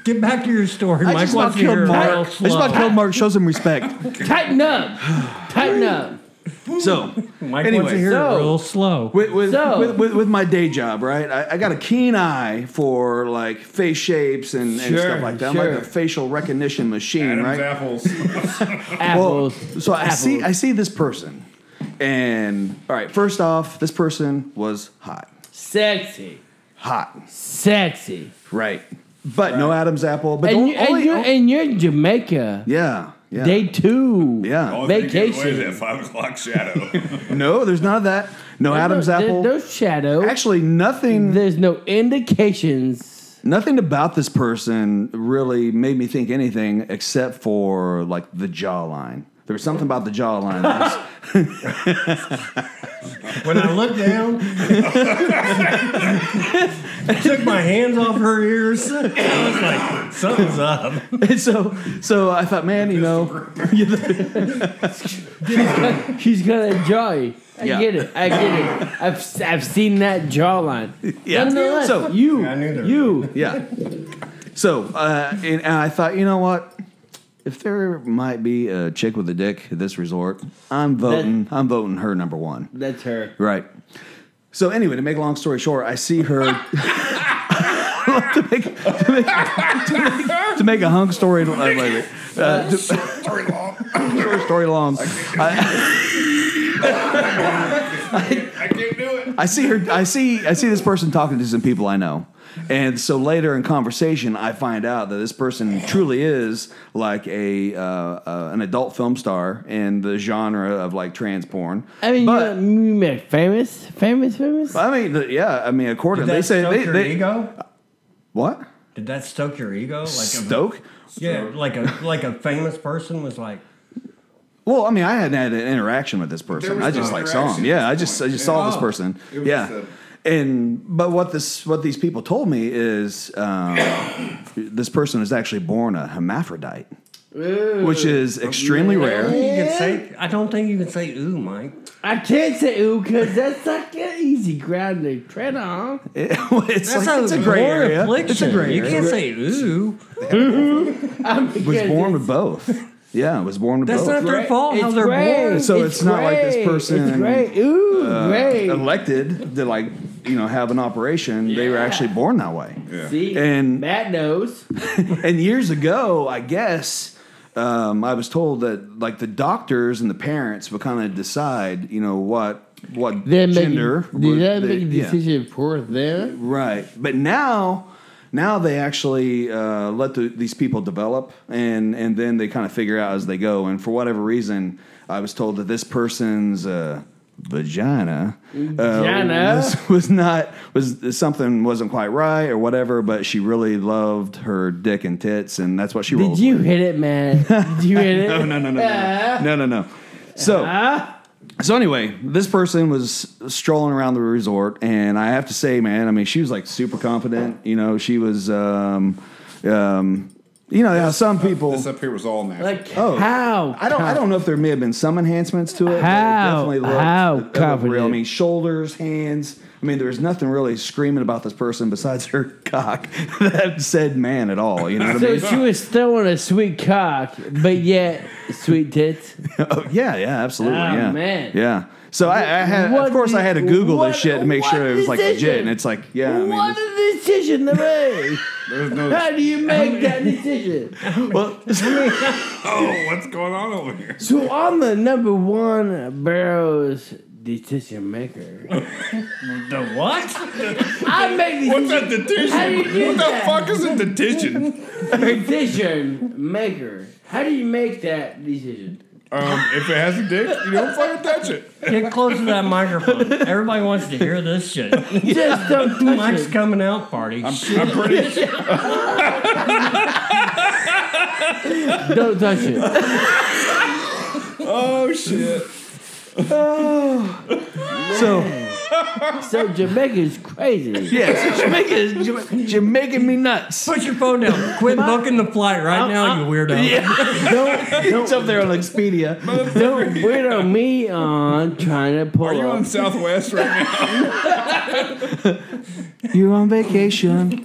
S1: Get back to your story.
S3: I
S1: Mike
S3: just about
S1: wants to hear
S3: killed Mark.
S1: real
S3: I just about
S1: slow.
S3: killed Mark. Show some respect.
S2: Tighten up. Tighten up.
S3: So,
S1: Mike wants
S3: anyway,
S1: to hear it
S2: so-
S1: real slow.
S3: with with,
S2: So-
S3: with, with with my day job, right? I, I got a keen eye for like face shapes and, and
S2: Sure,
S3: stuff like that. I'm
S2: sure.
S3: like a facial recognition machine,
S4: Adam's
S3: right?
S4: apples.
S3: Well,
S2: Apples.
S3: so I
S2: Apples.
S3: see I see this person, and all right. First off, this person was hot,
S2: Sexy.
S3: hot,
S2: Sexy.
S3: right? But no Adam's apple. But
S2: And,
S3: don't-
S2: you, and,
S3: only-
S2: you're, and you're in Jamaica.
S3: yeah, yeah,
S2: Day two.
S3: yeah.
S4: All Oh, they give away is
S2: Vacation.
S4: that five o'clock shadow.
S3: No, there's none of that. No Adam's
S2: There-
S3: apple.
S2: There's no shadow.
S3: Actually, nothing.
S2: There's no indications.
S3: Nothing about this person really made me think anything except for like the jawline. There was something about the jawline. that was-
S1: When I looked down, took my hands off her ears. I was like, something's up.
S3: and so, so I thought, man, you know,
S2: She's got a jaw. I
S3: Yeah.
S2: get it. I get it. I've, I've seen that jawline.
S3: Yeah.
S2: Nonetheless,
S3: So-
S2: you,
S1: I knew there was-
S2: you,
S3: yeah. So, uh, and, and I thought, you know what? If there might be a chick with a dick at this resort, I'm voting. I'm voting her number one.
S2: that's her.
S3: Right. So anyway, to make a long story short, I see her. to, make, to, make, to, make, to make a hung story, uh, wait, wait, uh, to-
S4: Sorry, long.
S3: short story long, I,
S4: I can't do it.
S3: I see her. I see. I see this person talking to some people I know, and so later in conversation, I find out that this person truly is like a uh, uh, an adult film star in the genre of like trans porn.
S2: I mean,
S3: But-
S2: you, you make famous, famous, famous.
S3: I mean, the- yeah. I mean, according they say
S1: stoke
S3: they,
S1: your
S3: they
S1: ego?
S3: what
S1: Did that stoke your ego? Like a,
S3: Stoke.
S1: yeah, like a like a famous person was like,
S3: Well, I mean, I hadn't had an interaction with this person.
S4: was
S3: I
S4: no
S3: just like saw him.
S4: interaction
S3: Yeah,
S4: at
S3: I
S4: this
S3: just I
S4: point.
S3: just saw this
S1: Oh.
S3: person.
S4: It was
S3: Yeah, and but what this what these people told me is um, this person is actually born a hermaphrodite, which is extremely rare.
S1: you can say. I don't think you can say ooh, Mike.
S2: I can't say ooh because that's like an easy ground to tread on.
S3: it's, like, it's a gray
S1: born
S3: area.
S1: affliction.
S3: It's a gray
S1: You
S3: area.
S1: can't say ooh.
S2: I
S3: was born with both. Yeah, was born with
S1: That's
S3: both.
S1: not their fault how they're born.
S3: So it's not like this person, Uh,
S2: It's great. Ooh, great.
S3: Elected to like you know have an operation. They were
S2: Yeah.
S3: actually born that way.
S4: Yeah.
S2: See,
S3: and-
S2: Matt knows.
S3: and years ago, I guess um, I was told that like the doctors and the parents would kind of decide, you know, what what
S2: Then
S3: gender.
S2: make, did that
S3: they-
S2: make a
S3: yeah.
S2: decision for them?
S3: Right, but now. Now they actually uh, let the, these people develop, and, and then they kind of figure out as they go. And for whatever reason, I was told that this person's uh, vagina, uh,
S2: Vagina?
S3: was, was not was something wasn't quite right or whatever. But she really loved her dick and tits, and that's what she
S2: Did
S3: rolled.
S2: you hit it, man? Did you hit it?
S3: No, no, no, no, no, no, no, no.
S2: Ah.
S3: So, so anyway, this person was strolling around the resort, and I have to say, man, I mean, she was like super confident. You know, she was, um, um, You know how some people.
S4: This up here was all natural.
S2: Like
S3: Oh.
S2: how?
S3: I don't. I don't know if there may have been some enhancements to it. but it
S2: How-
S3: definitely looked,
S2: how
S3: it looked
S2: confident?
S3: real. I mean, shoulders, hands. I mean, there was nothing really screaming about this person besides her cock that said "man" at all. You know what I
S2: So
S3: mean?
S2: she was throwing a sweet cock, but yet sweet tits.
S3: Oh, yeah, yeah, absolutely.
S2: Oh,
S3: yeah,
S2: man.
S3: Yeah. So I, I had,
S2: What
S3: of course, I had to Google
S2: what-
S3: this shit to make sure it was like
S2: what
S3: legit,
S2: decision?
S3: and it's like, yeah, I mean,
S2: what
S3: it's-
S2: a decision to make!
S4: There's no.
S2: How do you make that decision?
S4: oh, what's going on over here?
S2: So I'm the number one Barrows decision maker.
S1: The what?
S2: I make the
S4: What's a
S2: decision, How do you
S4: dentition?
S2: do
S4: What the
S2: that?
S4: fuck is a dentition?
S2: decision maker. How do you make that decision?
S4: Um, if it has a dick, you don't fucking touch it.
S1: Get close to that microphone. Everybody wants to hear this shit.
S2: Just don't touch
S1: Mike's
S2: it.
S1: coming out party.
S4: I'm pretty sure.
S2: Don't touch it.
S4: Oh shit.
S3: so
S2: So Jamaica's crazy.
S3: yes, Jamaica, Jamaica, Jamaican me nuts.
S1: Put your phone down. Quit booking the flight right now, you weirdo.
S3: It's up there on Expedia.
S2: Don't weirdo me on trying to pull
S4: Are you
S2: up.
S4: on Southwest right now?
S3: You're on vacation.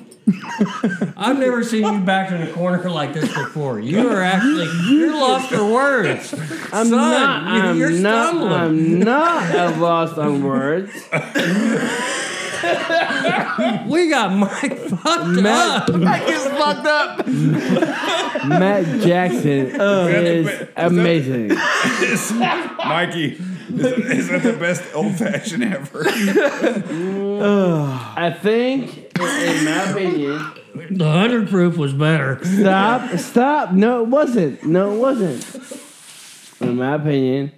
S1: I've never seen you back in a corner like this before. You are actually you're lost for words.
S2: I'm
S1: Son,
S2: not.
S1: you-
S2: I'm
S1: you're
S2: not.
S1: stumbling.
S2: I'm not at lost on words.
S1: We got Mike fucked
S2: Matt,
S1: up.
S3: fucked up.
S2: Matt Jackson is amazing.
S4: Mikey, is, is that the best old fashioned ever?
S2: I think, in my opinion,
S1: The hundred proof was better.
S2: stop, stop. No, it wasn't. No, it wasn't. In my opinion,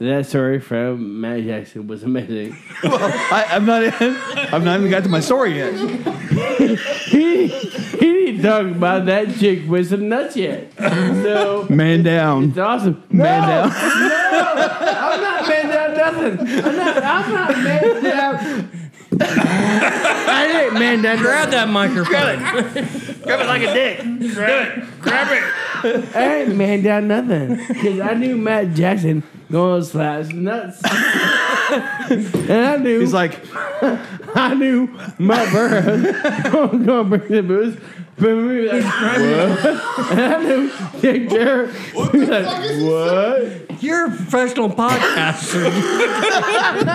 S2: that story from Matt Jackson was amazing.
S3: I, I'm not. I've not even got to my story yet.
S2: He, he didn't talk about that chick with some nuts yet. So
S3: Man down.
S2: it's awesome.
S3: Man
S2: No!
S3: down.
S2: I'm not mad down nothing. I'm not, I'm not mad down. I didn't man down.
S1: Grab that microphone.
S4: grab it. Grab it.
S2: I ain't man down nothing. Because I knew Matt Jackson going to slash nuts. and I knew,
S3: He's like,
S2: I knew Matt Burrows going to bring the booze. But we were like, and I knew Dick Jarrett. What? Like, what?
S1: You're a professional podcaster.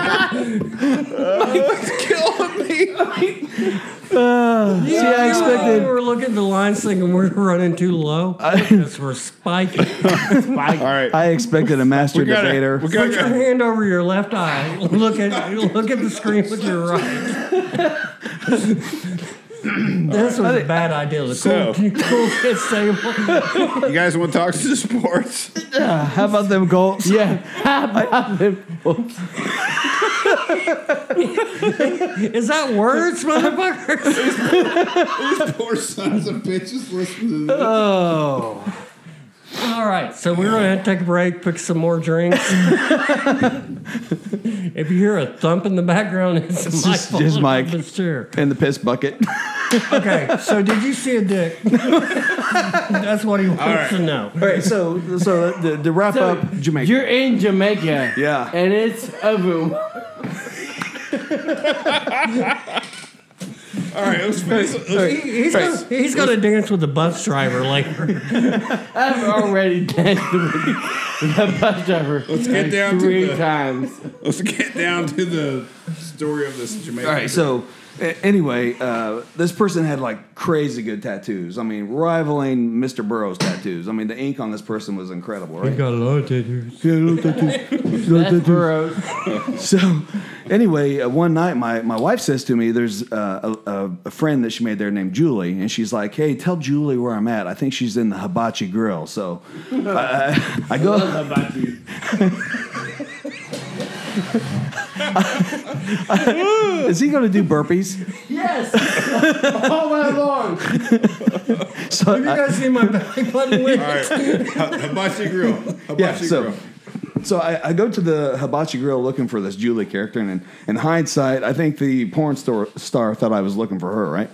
S3: see, I
S1: We
S3: expected.
S1: were looking at the lines thinking we're running too low. Because we're spiking.
S4: All right.
S3: I expected a master
S4: we got
S3: debater.
S4: it. We
S1: Put your
S4: got
S1: hand over your left eye. Look at look at the screen with your right. this was a bad idea. The
S4: So-
S1: cool, cool kids say,
S4: You guys want to talk to sports?
S3: How about them Colts?
S2: Yeah. How about them? Oops.
S1: "Is that words, motherfucker?"
S4: Poor sons of bitches listening to
S3: Uh,
S4: this.
S1: All right, so we're gonna have to take a break, pick some more drinks. if you hear a thump in the background, it's, Mike
S3: just- just
S1: falling
S3: Mike.
S1: off his chair.
S3: In the piss bucket.
S1: Okay, so did you see a dick? That's what he wants
S4: right.
S1: to know.
S3: All right, so so to, to wrap up Jamaica.
S2: You're in Jamaica.
S3: Yeah.
S2: And it's over.
S4: All right, let's finish. Let's,
S1: He- He's gonna, he's gonna dance with the bus driver later.
S2: I've already danced with the bus driver
S4: let's get down to
S2: three
S4: the,
S2: times.
S4: let's get down to the story of this Jamaican.
S3: All right, so a- anyway, uh, this person had like crazy good tattoos. I mean, rivaling Mr. Burroughs tattoos. I mean, the ink on this person was incredible, right?
S1: Got a lot of tattoos.
S2: That's gross.
S3: So, anyway, uh, one night my, my wife says to me, there's uh, a, a, a friend that she made there named Julie, and she's like, hey, tell Julie where I'm at. I think she's in the hibachi grill. So, I I, I go. Is he going to do burpees?
S2: Yes. All night long.
S3: So
S1: You guys see my back button link?
S4: All right. Hi- Hibachi Grill. Hibachi
S3: Yeah, so-
S4: Grill.
S3: So I, I go to the hibachi grill looking for this Julie character, and in, in hindsight, I think the porn store star thought I was looking for her, right?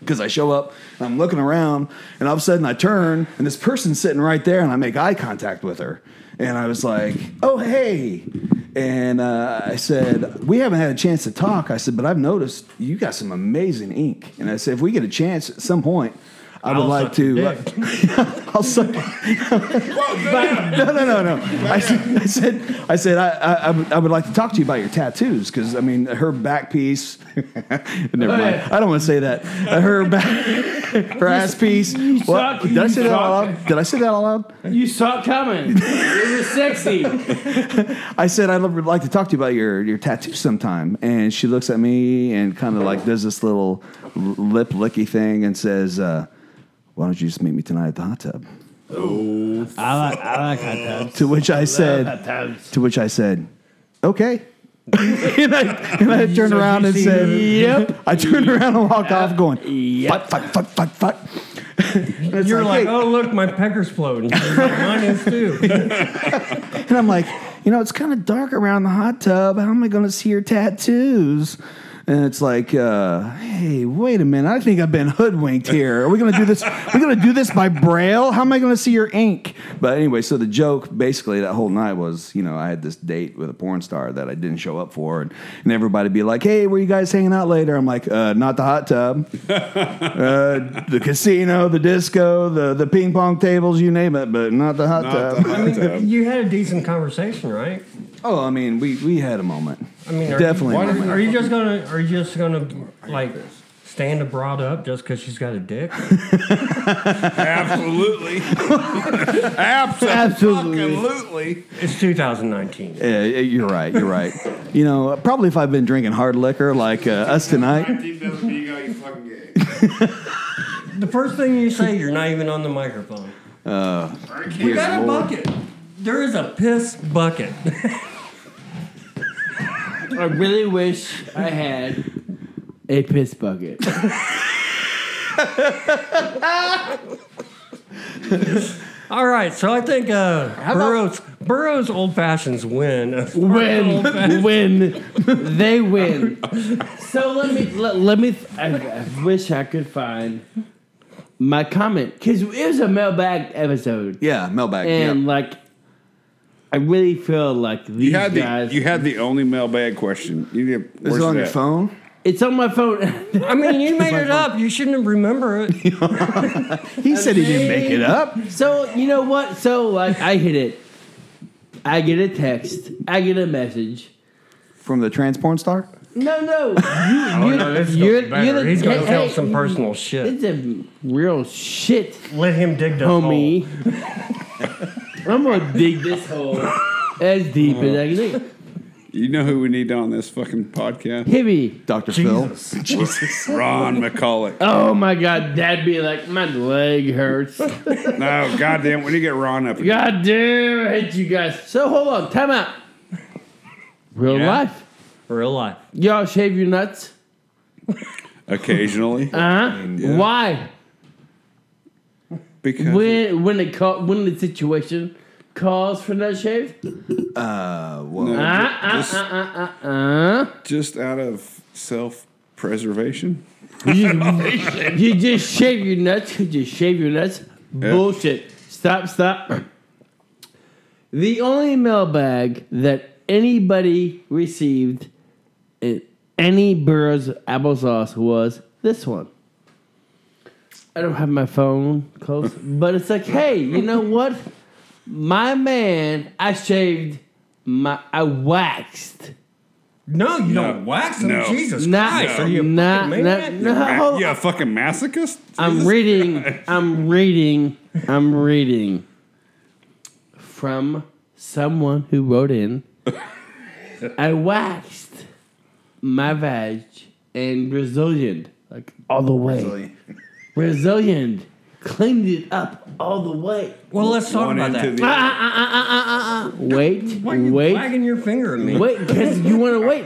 S3: because I show up and I'm looking around, and all of a sudden I turn, and this person's sitting right there, and I make eye contact with her. And I was like, oh, hey. And uh, I said, we haven't had a chance to talk. I said, but I've noticed you got some amazing ink. And I said, if we get a chance at some point, I would
S1: I'll
S3: like
S1: suck your
S3: to. uh, I'll suck. no, no, no, no. I said, I said, I, said I, I, I would- I would like to talk to you about your tattoos because I mean, her back piece.
S2: Oh,
S3: Never mind. I don't want to say that. Uh, Her back, her ass piece. What?
S2: suck,
S3: Did
S2: you
S3: I say that out
S2: suck.
S3: loud? Did I say that out loud?
S2: You saw it coming. it was sexy.
S3: I said I'd would like to talk to you about your your tattoo sometime, and she looks at me and kind of like does this little l- lip licky thing and says, uh, "Why don't you just meet me tonight at the hot tub?"
S2: I like, I like hot
S3: To which I said,
S2: tubs.
S3: to which I said, "Okay." and, I, and I turned
S2: So
S3: around
S2: you
S3: and
S2: see-
S3: said,
S2: Yep.
S3: I turned around and walked off, going,
S2: Yep.
S3: "Fuck, fuck, fuck, fuck, fuck." And it's
S1: You're like,
S3: "Hey."
S1: oh look, my pecker's floating. Mine is too.
S3: And I'm like, you know, it's kind of dark around the hot tub. How am I going to see your tattoos? And it's like, uh, hey, wait a minute. I think I've been hoodwinked here. Are we going to do this? We're going to do this by braille? How am I going to see your ink? But anyway, so the joke basically that whole night was, you know, I had this date with a porn star that I didn't show up for. And, and everybody be like, hey, where you guys hanging out later? I'm like, uh, not the hot tub Uh, the casino, the disco, the, the ping pong tables, you name it, but not the hot
S4: Not
S3: tub.
S4: the
S1: I
S4: hot
S1: mean,
S4: tub.
S1: you had a decent conversation, right?
S3: Oh, I mean, we, we had a moment.
S1: I mean, are
S3: definitely.
S1: You,
S3: a
S1: are,
S3: moment.
S1: are you just gonna? Are you just gonna like stand a broad up just because she's got a dick?
S4: Absolutely.
S2: Absolutely.
S4: Absolutely.
S1: It's 2019.
S3: Yeah, yeah, you're right. You're right. you know, probably if I've been drinking hard liquor like uh, us tonight.
S1: The first thing you say, you're not even on the microphone. We got a bucket. There is a piss bucket.
S2: I really wish I had a piss bucket.
S1: All right, so I think uh, Burroughs Burroughs old fashions win. Old
S2: win,
S1: fashions.
S2: win, they win. So let me let, let me. I, I wish I could find my comment because it was a mailbag episode,
S3: Yeah, mailbag.
S2: and
S3: yeah.
S2: like I really feel like these
S4: You had the
S2: guys.
S4: you had the only mailbag question. You did.
S3: Is it on your phone?
S2: it's on my phone.
S1: I mean, you made it up. You shouldn't remember it.
S3: He said he didn't make it up.
S2: so you know what? So like I hit it. I get a text. I get a message.
S3: From the trans porn star?
S2: No, no.
S1: Oh,
S2: You, you, you're, you're the,
S1: He's gonna
S2: hey,
S1: tell
S2: hey,
S1: some personal shit.
S2: It's a real shit.
S1: Let him dig the
S2: homie. I'm gonna dig this hole as deep as I can dig.
S4: You know who we need on this fucking podcast?
S2: Hibby.
S3: Dr.
S1: Jesus.
S3: Phil? Jesus.
S4: Ron McCulloch.
S2: Oh my god, that'd be like my leg hurts.
S4: No, goddamn, when you get Ron up, again.
S2: God damn, I hate you guys. So hold on, time out. Real
S4: Yeah?
S2: life.
S1: Real life.
S2: Y'all shave your nuts? Uh
S4: occasionally
S2: huh.
S4: Yeah.
S2: Why?
S4: because
S2: When when the call when the situation calls for nut shave?
S3: Uh, well,
S4: no, ju-
S2: Uh,
S4: just,
S2: Uh.
S4: just out of self preservation.
S2: You, ah, you just shave your nuts. You just shave your nuts. Bullshit. Stop, stop. The only mailbag that anybody received in any Burroughs applesauce was this one. I don't have my phone close, but it's like, hey, you know what? My man, I shaved my, I waxed.
S1: No, you
S4: No.
S1: don't wax him.
S4: No.
S1: Jesus
S2: Not,
S1: Christ, are you a
S2: not,
S1: fucking
S2: not,
S1: maniac?
S2: no, Uh, hold
S4: you a fucking masochist?
S2: I'm reading. I'm reading. I'm reading from someone who wrote in. I waxed my vag and Brazilian, like all the way. Brazilian, cleaned it up all the way.
S1: Well, let's talk
S4: One
S1: about
S4: end
S1: that.
S4: to the other.
S2: Uh, uh,
S1: ah,
S2: uh, uh, uh, uh. Wait,
S1: Why are you
S2: wait,
S1: wagging your finger at me?
S2: wait, because you want to wait.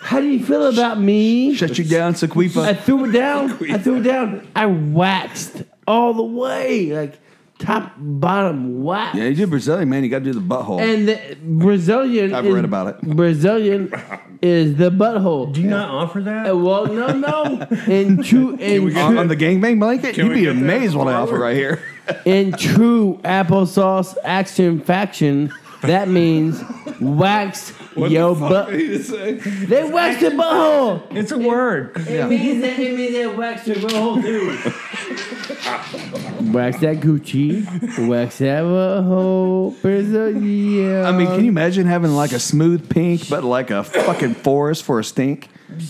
S2: How do you feel about me?
S3: shut you down,
S2: I
S3: Sequipa.
S2: threw it down. I threw it down. I waxed all the way. Like top bottom wax.
S3: Yeah, you do Brazilian, man. You got to do the butthole.
S2: And the Brazilian.
S3: I've
S2: is-
S3: read about it.
S2: Brazilian is the butthole.
S1: Do you not offer that?
S2: Uh, well, no, no. In true, in
S3: on,
S2: true,
S3: on the gangbang blanket,
S4: Can
S3: you'd
S4: we
S3: be
S4: get that?
S3: amazed what I offer right here.
S2: in true applesauce action faction, that means wax yo butt. They wax the butthole.
S1: It's a word.
S2: It means that it means they wax your butthole too. wax that Gucci, wax that butthole, Brazilian.
S3: I mean, can you imagine having like a smooth pink, but like a fucking forest for a stink?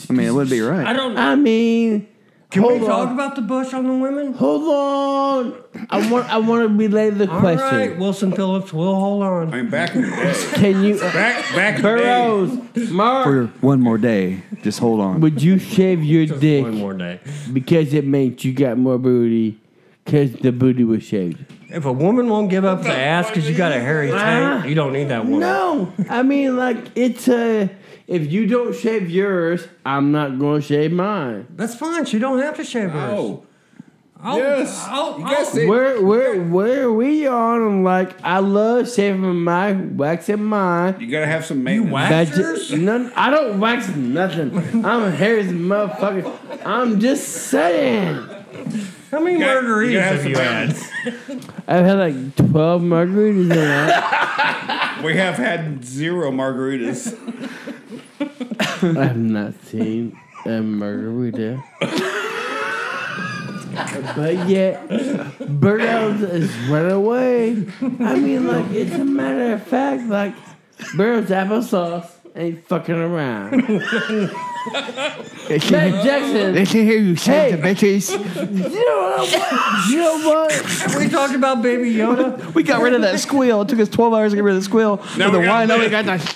S3: I mean, it would be
S1: I
S3: right.
S1: don't.
S2: I mean,
S1: Can we
S2: Uh, hold
S1: talk
S2: on.
S1: about the bush on the women?
S2: hold on. I want, I want to relay the
S1: All right,
S2: question.
S1: Wilson Phillips, we'll hold on.
S4: I mean, back in the day.
S2: Can you,
S4: Back, back in the day.
S2: Burrows, Mark?
S3: For one more day, just hold on.
S2: Would you shave your dick
S1: One more day.
S2: because it meant you got more booty? Because the booty was shaved.
S1: If a woman won't give up the ass because you got a hairy
S2: Ah.
S1: tank, you don't need that woman.
S2: No, I mean like it's a. If you don't shave yours, I'm not gonna shave mine.
S1: That's fine. She don't have to shave hers. oh,
S4: Oh,
S1: I'll-
S4: yes.
S1: I'll-
S4: you guys
S1: I'll-
S4: say
S2: Where where where we on? I'm like I love shaving my waxing mine.
S4: you gotta have some maintenance.
S1: whack-
S2: That's
S1: Waxers?
S2: ju- none. I don't wax nothing. I'm a hairy as a motherfucker. I'm just saying.
S1: How many
S4: gotta-
S1: margaritas
S4: you gotta have
S1: have you
S4: some
S1: had?
S2: I've had like twelve margaritas in that.
S4: We have had zero margaritas.
S2: I have not seen a margarita. but yet, Burroughs is run away. I mean, like, it's a matter of fact, like, Burroughs applesauce ain't fucking around.
S3: They
S2: Matt Jackson,
S3: can hear you say the bitches.
S2: you know what? You know what?
S1: we talked about Baby Yoda.
S3: We got rid of that squeal. It took us 12 hours to get rid of the squeal.
S4: Now
S3: For the
S4: we got
S3: wine, now we
S4: this.
S3: got the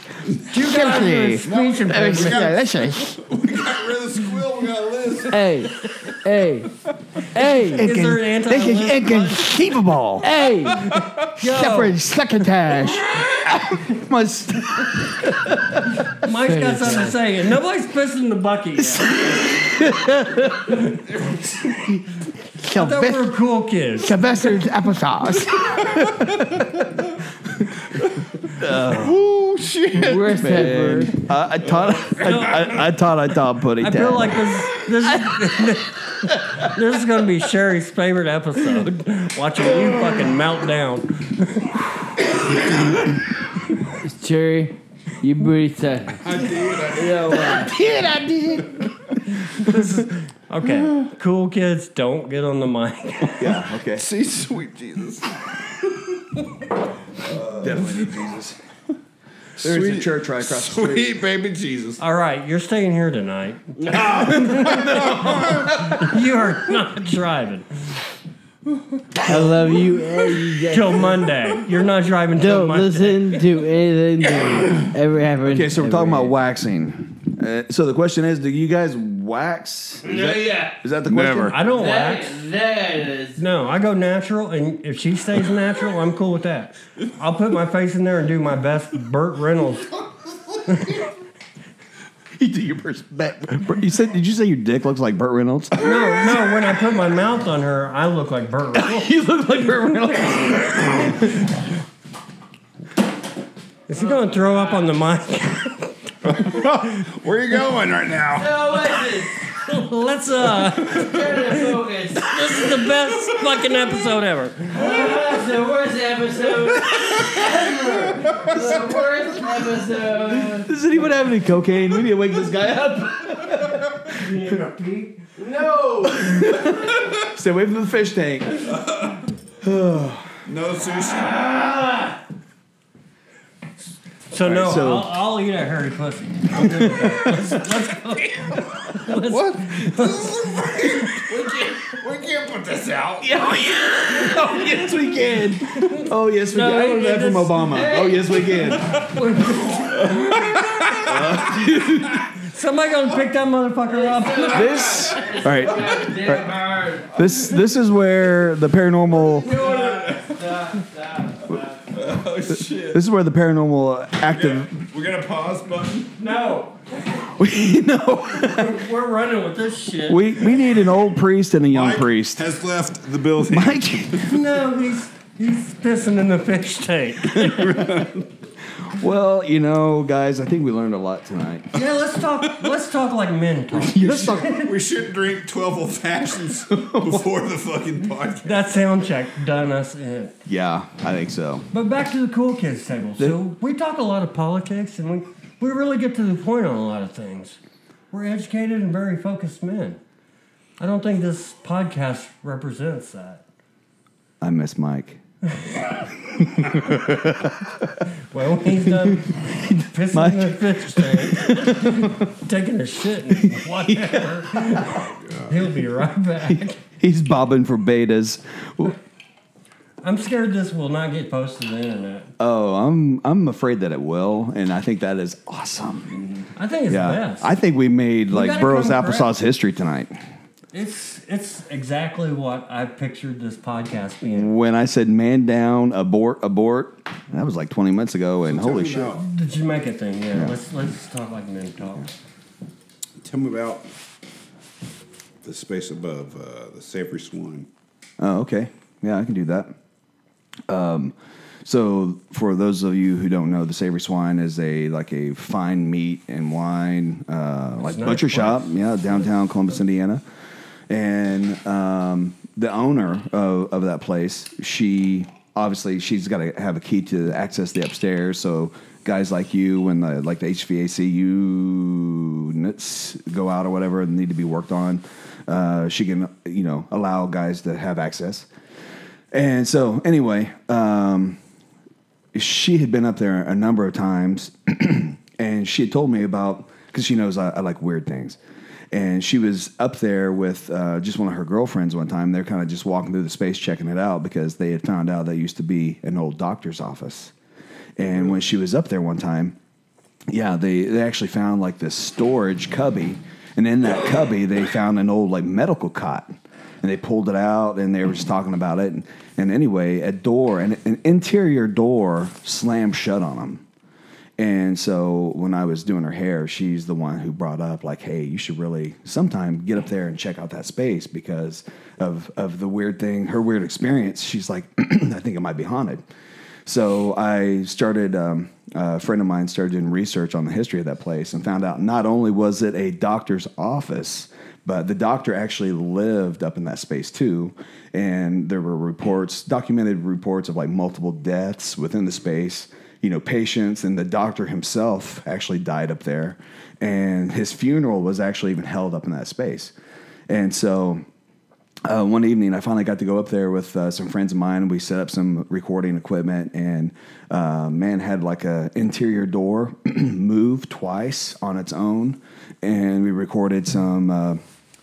S1: You got
S3: Tiffany.
S1: a speech impediment.
S3: delicious.
S4: we got rid of squill. We got Liz.
S2: Hey, hey, hey,
S1: Is there an anti-
S3: This is inconceivable.
S2: hey.
S3: Shepherd succotash. Must.
S1: Mike's got something to say, and nobody's pissing the bucket yet. I thought we
S3: Sylvester.
S1: were cool kids.
S3: Sylvester's applesauce. oh shit!
S2: We're separate.
S3: I, I taught. I, I, I taught. I taught. Putty.
S1: I feel like this this this is gonna be Sherry's favorite episode. Watching you fucking melt down.
S2: Cherry, you booty suck.
S4: I did. I did.
S2: Yeah, well,
S3: did. I did.
S1: Okay, cool kids, don't get on the mic.
S3: Yeah. Okay.
S4: See, sweet Jesus.
S3: Definitely need Jesus. There's
S4: Sweet,
S3: a church right across the street.
S4: sweet baby Jesus.
S1: All right, you're staying here tonight. you are not driving
S2: I love you. and you got-
S1: till Monday. You're not driving till
S2: Don't
S1: Monday.
S2: listen to anything that ever happened.
S3: Okay, so we're talking about waxing. Uh, so the question is, do you guys wax? Is that,
S2: yeah.
S3: is that the question?
S4: Never.
S1: I don't wax.
S2: that is.
S1: No, I go natural, and if she stays natural, I'm cool with that. I'll put my face in there and do my best Burt Reynolds.
S3: You do your first bet. You said? Did you say your dick looks like Burt Reynolds?
S1: No, no, when I put my mouth on her, I look like Burt Reynolds.
S3: you look like Burt Reynolds.
S1: Is he gonna throw up on the mic?
S4: Where you going right now?
S1: Let's uh,
S2: focus.
S1: this is the best fucking episode ever.
S2: That's the worst episode ever. The worst episode.
S3: Does anyone have any cocaine? We need to wake this guy up.
S2: No.
S3: Stay away from the fish tank.
S4: No sushi.
S1: So no,
S3: so-
S1: I'll, I'll eat a hairy pussy. I'm good with that. Let's, let's go. Let's-
S4: What? we, can't, we can't put this out.
S3: Oh yes, we can. Oh yes, we
S1: No,
S3: can. I learned
S1: it-
S3: that from
S1: it's-
S3: Obama. Oh yes, we can.
S1: Somebody gonna pick that motherfucker up.
S3: This. All right. This. This is where the paranormal.
S4: Oh shit.
S3: This is where the paranormal active.
S4: We're gonna pause button.
S1: No,
S3: We know.
S1: we're running with this shit.
S3: We we need an old priest and a young priest.
S4: has left the building.
S3: Mike,
S1: No, he's He's pissing in the fish tank.
S3: Well, you know, guys, I think we learned a lot tonight.
S1: Yeah, let's talk. Let's talk like men talk.
S3: Let's talk-
S4: We should drink 12 old fashions before the fucking podcast.
S1: That sound check done us in.
S3: yeah, I think so.
S1: But back to the cool kids table. So we talk a lot of politics, and we we really get to the point on a lot of things. We're educated and very focused men. I don't think this podcast represents that.
S3: I miss Mike.
S1: Well, when he's done pissing in the fish tank, taking a shit, and whatever. He'll be right back.
S3: He's bobbing for betas.
S1: I'm scared this will not get posted to the internet.
S3: Oh, I'm I'm afraid that it will, and I think that is awesome.
S1: I think it's
S3: Yeah,
S1: best.
S3: I think we made like
S1: gotta
S3: Burroughs
S1: come correct.
S3: applesauce history tonight.
S1: it's it's exactly what I pictured this podcast being.
S3: When I said "man down, abort, abort," that was like 20 minutes ago, and holy shit!
S4: Tell me
S1: The Jamaica thing, yeah. Let's let's talk like men talk.
S4: about- Tell me about the space above uh, the savory swan.
S3: Oh, okay. Yeah, I can do that. Um, so for those of you who don't know, the Savory Swine is a like a fine meat and wine uh, like
S1: nice
S3: butcher
S1: place.
S3: shop. Yeah, downtown Columbus, Indiana, and um, the owner of, of that place, she obviously she's got to have a key to access the upstairs. So guys like you and the like the HVAC units go out or whatever and need to be worked on, uh, she can you know allow guys to have access. And so, anyway, um, she had been up there a number of times, and she had told me about because she knows I, I like weird things. And she was up there with uh, just one of her girlfriends one time. They're kind of just walking through the space checking it out because they had found out that used to be an old doctor's office. And when she was up there one time, yeah, they, they actually found like this storage cubby, and in that cubby they found an old like medical cot, and they pulled it out and they were just talking about it, and, and anyway a door an, an interior door slammed shut on them, and so when I was doing her hair, she's the one who brought up like, hey, you should really sometime get up there and check out that space because of of the weird thing, her weird experience. She's like, I think it might be haunted. So I started, um, a friend of mine started doing research on the history of that place and found out not only was it a doctor's office, but the doctor actually lived up in that space too. And there were reports, documented reports of like multiple deaths within the space, you know, patients, and the doctor himself actually died up there. And his funeral was actually even held up in that space. And so uh, one evening, I finally got to go up there with uh, some friends of mine. We set up some recording equipment, and uh, man had like a interior door move twice on its own, and we recorded some. Uh,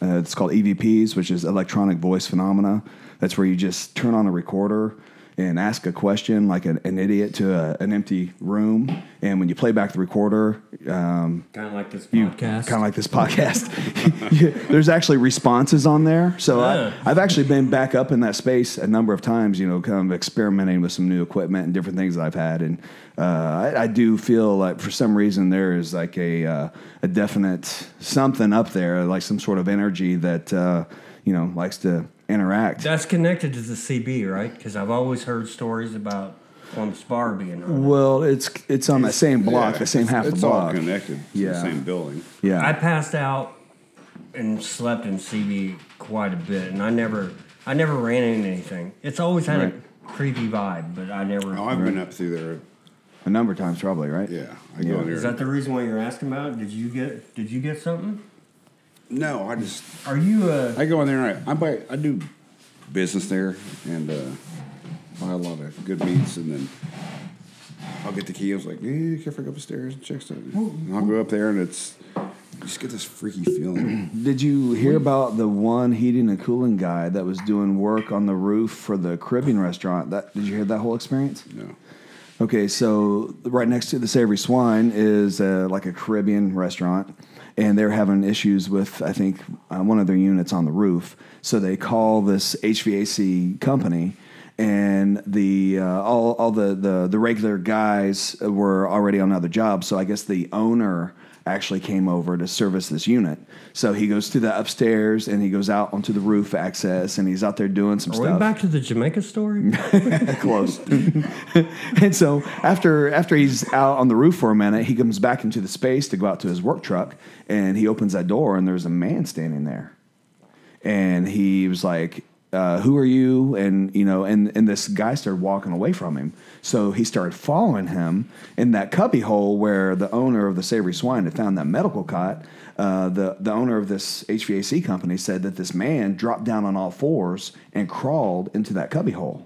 S3: uh, it's called EVPs, which is electronic voice phenomena. That's where you just turn on a recorder and ask a question like an, an idiot to a, an empty room, and when you play back the recorder, um,
S1: Kind of like this podcast.
S3: Kind of like this podcast. You- There's actually responses on there. So
S1: Yeah.
S3: I, I've actually been back up in that space a number of times, you know, kind of experimenting with some new equipment and different things that I've had. And uh, I, I do feel like for some reason there is like a, uh, a definite something up there, like some sort of energy that, uh, you know, likes to interact.
S1: That's connected to the CB, right? Because I've always heard stories about Columbus Bar being on. it.
S3: well, it's it's on that same block,
S4: Yeah,
S3: the same
S4: it's-
S3: half
S4: It's
S3: the
S4: all
S3: block.
S4: connected. It's
S3: Yeah.
S4: the same building.
S3: Yeah,
S1: I passed out and slept in CB quite a bit, and I never, I never ran into anything. It's always had
S3: Right.
S1: a creepy vibe, but I never.
S4: Oh, I've been up through there.
S3: a number of times probably, right?
S4: Yeah, I go
S3: Yeah.
S4: in there.
S1: Is that the reason why you're asking about? it? Did you get, did you get something?
S4: no, I just
S1: Are you uh, a?
S4: I go in there and I, I buy I do business there and uh, buy a lot of good meats and then I'll get the key. I was like, eh, can I go upstairs and check something? And I'll go up there and it's you just get this freaky feeling.
S3: Did you hear about the one heating and cooling guy that was doing work on the roof for the Caribbean restaurant? That did you hear that whole experience?
S4: no.
S3: Okay, so right next to the Savory Swine is uh, like a Caribbean restaurant, and they're having issues with I think uh, one of their units on the roof. So they call this HVAC company, and the uh, all all the, the the regular guys were already on other jobs. So I guess the owner actually came over to service this unit. So he goes to the upstairs and he goes out onto the roof access and he's out there doing some
S1: Are
S3: stuff.
S1: we back to the Jamaica story?
S3: close. and so after after he's out on the roof for a minute, he comes back into the space to go out to his work truck, and he opens that door, and there's a man standing there, and he was like. Uh, who are you? And you know, and and this guy started walking away from him. So he started following him in that cubbyhole where the owner of the Savory Swine had found that medical cot. Uh, the the owner of this HVAC company said that this man dropped down on all fours and crawled into that cubbyhole.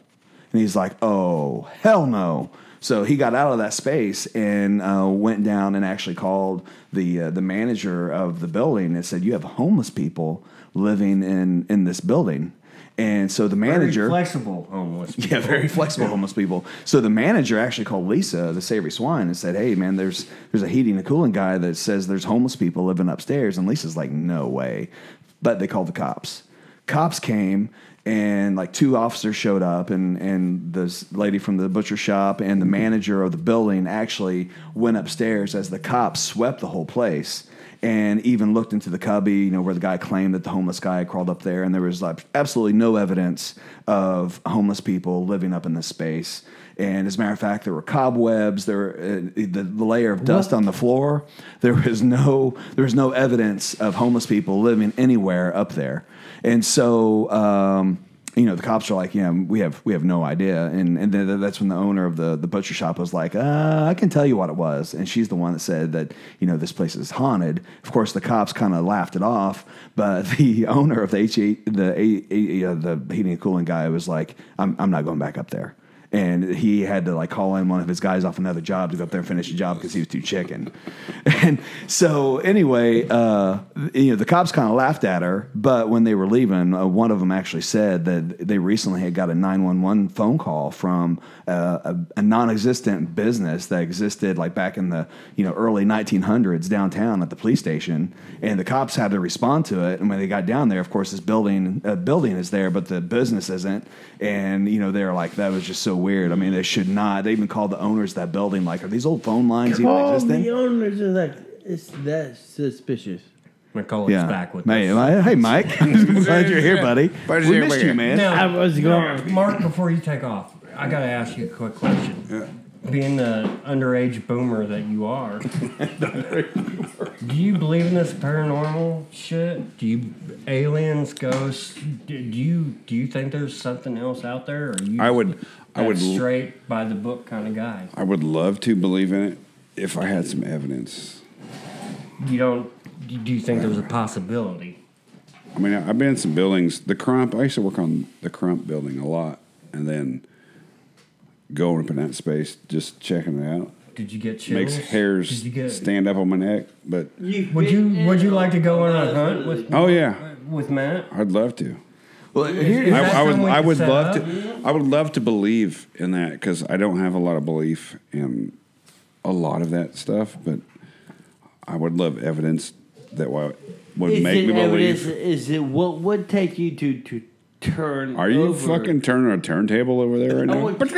S3: And he's like, oh, hell no. So he got out of that space and uh, went down and actually called the uh, the manager of the building and said, "You have homeless people living in in this building." And so the manager,
S1: Very flexible homeless.
S3: yeah, very flexible homeless people. So the manager actually called Lisa, the Savory Swine, and said, "Hey, man, there's there's a heating and cooling guy that says there's homeless people living upstairs." And Lisa's like, "No way," but they called the cops. Cops came. And like two officers showed up, and, and this lady from the butcher shop and the manager of the building actually went upstairs as the cops swept the whole place and even looked into the cubby, you know, where the guy claimed that the homeless guy crawled up there, and there was like absolutely no evidence of homeless people living up in this space. And as a matter of fact, there were cobwebs, there were, uh, the, the layer of dust on the floor. There was no there was no evidence of homeless people living anywhere up there. And so, um, you know, the cops are like, yeah, we have we have no idea. And and then that's when the owner of the the butcher shop was like, uh, I can tell you what it was. And she's the one that said that you know this place is haunted. Of course, the cops kind of laughed it off, but the owner of the H the A, A- uh, the heating and cooling guy was like, I'm I'm not going back up there. And he had to like call in one of his guys off another job to go up there and finish the job because he was too chicken. And so anyway, uh, you know, the cops kind of laughed at her, but when they were leaving, uh, one of them actually said that they recently had got a 911 phone call from uh, a, a non-existent business that existed like back in the, you know, early 1900s downtown at the police station. And the cops had to respond to it. And when they got down there, of course, this building, uh, building is there, but the business isn't. And, you know, they're like, that was just so weird. I mean, they should not, they even called the owners of that building, like, are these old phone lines even
S2: All
S3: existing?
S2: the owners are like, it's that suspicious.
S1: McCullough's back with
S3: Hey,
S1: us.
S3: Mi- hey, Mike. Glad you're here, buddy.
S4: Glad
S3: we
S4: you're
S3: missed
S4: here.
S3: you, man.
S1: Now,
S2: I was going-
S1: Mark, before you take off, I got to ask you a quick question. Being the underage boomer that you are, do you believe in this paranormal shit? Do you aliens, ghosts? Do do you do you think there's something else out there? Or are you
S4: I would- I
S1: that
S4: would-
S1: straight by the book kind of guy.
S4: I would love to believe in it if I had some evidence.
S1: You don't. Do you think there's a possibility?
S4: I mean, I- I've been in some buildings. The Crump, I used to work on the Crump building a lot, and then going up in that space, just checking it out,
S1: Did you get chills?
S4: makes hairs
S1: Did you get?
S4: stand up on my neck. But
S1: Would you Would you like to go on a hunt with
S4: oh yeah,
S1: with Matt?
S4: I'd love to.
S3: Well, here,
S1: Is
S4: I,
S1: that
S4: I would.
S1: something we
S4: I
S1: could
S4: would
S1: set
S4: love
S1: up?
S4: to. I would love to believe in that because I don't have a lot of belief in a lot of that stuff. But I would love evidence that wa- would
S2: Is
S4: make
S2: it
S4: me
S2: evidence?
S4: believe.
S2: Is it what would take you to to turn?
S4: Are you
S2: over?
S4: fucking turning a turntable over there right
S2: I
S4: now?
S2: would- What,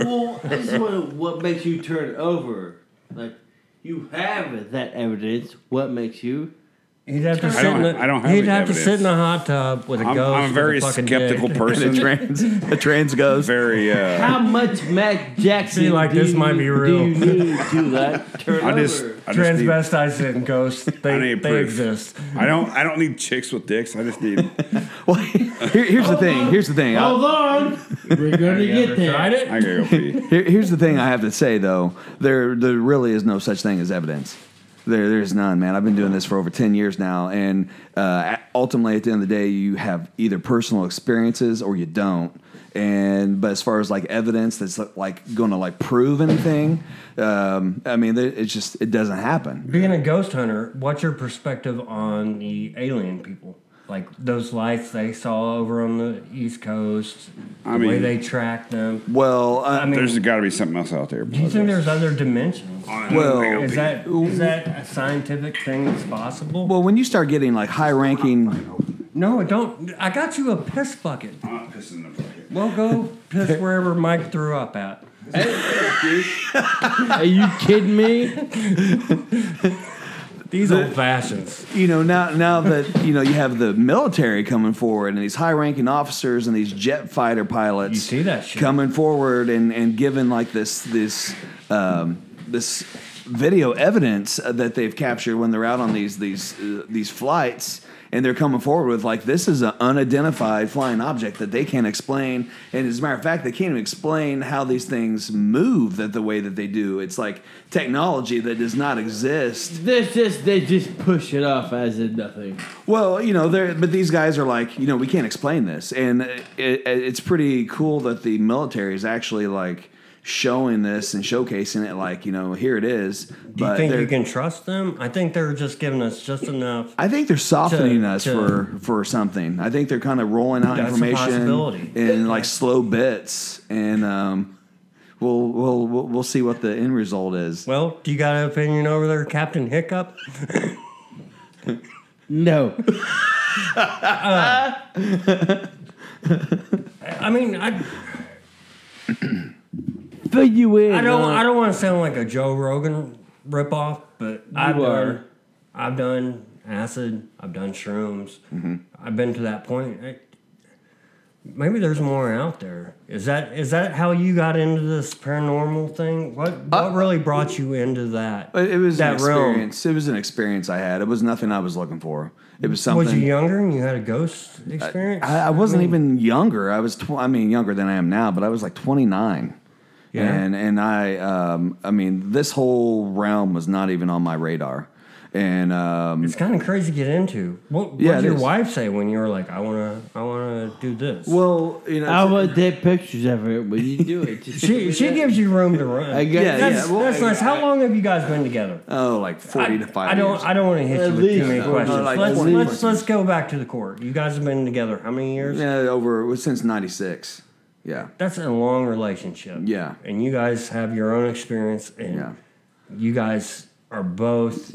S2: well, I just want to. What makes you turn over? Like you have that evidence. What makes you?
S1: He'd have to sit.
S4: don't-
S1: in a,
S4: I don't have
S1: He'd
S4: any
S1: have to
S4: evidence.
S1: sit in a hot tub with a
S4: I'm,
S1: ghost.
S4: I'm a
S1: with
S4: very
S1: fucking
S4: skeptical
S1: dick.
S3: the
S4: person.
S3: trans, the trans goes.
S4: very. Uh,
S2: How much Mac Jackson?
S1: See, like,
S2: do
S1: this
S2: you,
S1: might be real.
S2: Do you need to like turn
S4: I just.
S2: over?
S4: I just need,
S1: Transvestites and ghosts. They,
S4: I need
S1: they
S4: proof.
S1: exist.
S4: I don't. I don't need chicks with dicks. I just need.
S3: Well, here, here's the thing. Here's the thing.
S1: Oh,
S3: I-
S2: Hold on, we're gonna get there.
S1: Tried it?
S4: I gotta go pee.
S3: here- here's the thing I have to say though. There, there really is no such thing as evidence. There, there's none, man. I've been doing this for over ten years now, and uh, ultimately, at the end of the day, you have either personal experiences or you don't. And but as far as like evidence that's like going to like prove anything, um, I mean, there- it's just it doesn't happen.
S1: Being a ghost hunter, what's your perspective on the alien people? Like those lights they saw over on the East Coast,
S4: I
S1: the way
S4: mean-
S1: they track them.
S3: Well, uh,
S1: I mean,
S4: There's got to be something else out there.
S1: do you think there's other dimensions?
S3: well,
S1: Is that is that a scientific thing that's possible?
S3: well, when you start getting like high-ranking,
S1: no, it don't. I got you a piss bucket.
S4: I'm not pissing in the bucket.
S1: Well, go piss wherever Mike threw up at.
S2: Are you kidding me?
S1: These old fashions.
S3: you know now now that you know you have the military coming forward and these high ranking officers and these jet fighter pilots
S1: You see that shit.
S3: coming forward and and giving like this this um, this video evidence that they've captured when they're out on these these uh, these flights and they're coming forward with like this is an unidentified flying object that they can't explain and as a matter of fact they can't even explain how these things move that the way that they do it's like technology that does not exist
S2: This just they just push it off as if nothing.
S3: Well, you know, they're, but these guys are like, you know, we can't explain this, and it, it, it's pretty cool that the military is actually like showing this and showcasing it. Like, you know, here it is.
S1: Do you
S3: but
S1: think
S3: they're-
S1: you can trust them? I think they're just giving us just enough.
S3: I think they're softening
S1: to-
S3: us
S1: to-
S3: for for something. I think they're kind of rolling out
S1: That's a
S3: information
S1: possibility.
S3: in like slow bits, and um, we'll we'll we'll we'll see what the end result is.
S1: Well, do you got an opinion over there, Captain Hiccup?
S2: No.
S1: I mean, I,
S2: Fill you in.
S1: I don't
S2: uh,
S1: I don't want to sound like a Joe Rogan ripoff, but I've
S2: are.
S1: done I've done acid, I've done shrooms. I've been to that point. I, maybe there's more out there. Is that is that how you got into this paranormal thing? What what really brought you into that?
S3: Uh, It it was an
S1: that realm.
S3: experience. It was an experience I had. It was nothing I was looking for. It was something.
S1: Was you younger and you had a ghost experience?
S3: I, I wasn't even younger. I was, tw- I mean, younger than I am now, but I was like 29.
S1: Yeah.
S3: And and I, um, I mean, this whole realm was not even on my radar. And um,
S1: it's kind of crazy to get into. What, what
S3: Yeah, it
S1: did your
S3: is.
S1: wife say when you were like, "I wanna, I wanna do this"?
S3: well, you know,
S2: I want take pictures of it when you do it. Just
S1: she she gives you room to run.
S2: I guess
S3: Yeah,
S1: That's,
S3: well,
S1: that's
S3: I-
S1: nice. How long have you guys been together?
S3: oh, like 40 to five.
S1: I don't.
S3: years.
S1: I don't want to hit
S2: At
S1: you with
S2: least,
S1: too many
S2: uh,
S1: questions.
S3: like
S1: let's,
S3: 20
S1: let's
S3: questions.
S1: let's go back to the court. You guys have been together how many years?
S3: yeah, over it was since '96. Yeah,
S1: That's a long relationship.
S3: Yeah.
S1: And you guys have your own experience, and
S3: Yeah.
S1: you guys are both.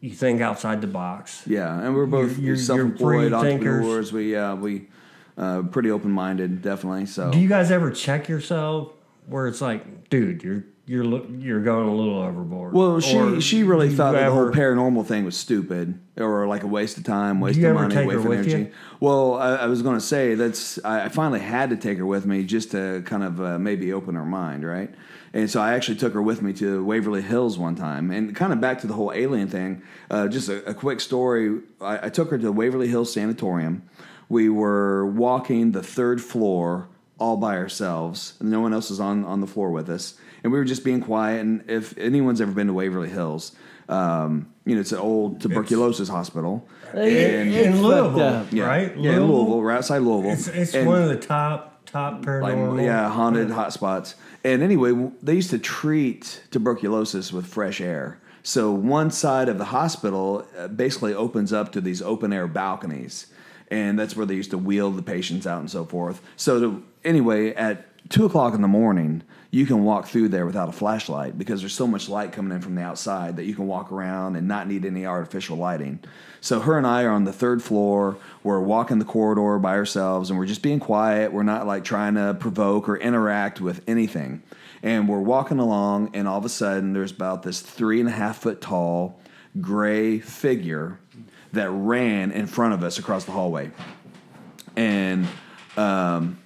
S1: You think outside the box.
S3: yeah, and we're both
S1: you're- you're
S3: self-employed
S1: free thinkers.
S3: entrepreneurs. We uh, we uh, pretty open-minded, definitely. So
S1: Do you guys ever check yourself where it's like, dude, you're you're lo- you're going a little overboard?
S3: Well, she
S1: Or
S3: she really
S1: do
S3: thought
S1: you
S3: that the whole
S1: ever-
S3: paranormal thing was stupid or like a waste of time, waste
S1: you
S3: of
S1: ever
S3: money,
S1: take
S3: waste
S1: her
S3: of
S1: with
S3: energy.
S1: you?
S3: Well, I, I was going to say that's I I finally had to take her with me just to kind of uh, maybe open her mind, right? And so I actually took her with me to Waverly Hills one time, and kind of back to the whole alien thing. Uh, just a, a quick story: I, I took her to Waverly Hills Sanatorium. We were walking the third floor all by ourselves. No one else was on, on the floor with us. And we were just being quiet. And if anyone's ever been to Waverly Hills, um, you know, it's an old tuberculosis hospital.
S2: It-
S1: in,
S2: it's fucked
S1: Louisville,
S2: up.
S3: Yeah,
S1: right?
S3: Yeah, in Louisville, right outside Louisville.
S1: It's, it's
S3: And-
S1: one of the top top paranormal.
S3: like, yeah, haunted hotspots. And anyway, w- they used to treat tuberculosis with fresh air. So one side of the hospital uh, basically opens up to these open air balconies, and that's where they used to wheel the patients out and so forth. So to, anyway, at two o'clock in the morning, you can walk through there without a flashlight because there's so much light coming in from the outside that you can walk around and not need any artificial lighting. So her and I are on the third floor. We're walking the corridor by ourselves and we're just being quiet. We're not like trying to provoke or interact with anything. And we're walking along, and all of a sudden, there's about this three and a half foot tall gray figure that ran in front of us across the hallway. And um,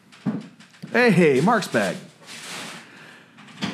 S3: hey, hey, Mark's back.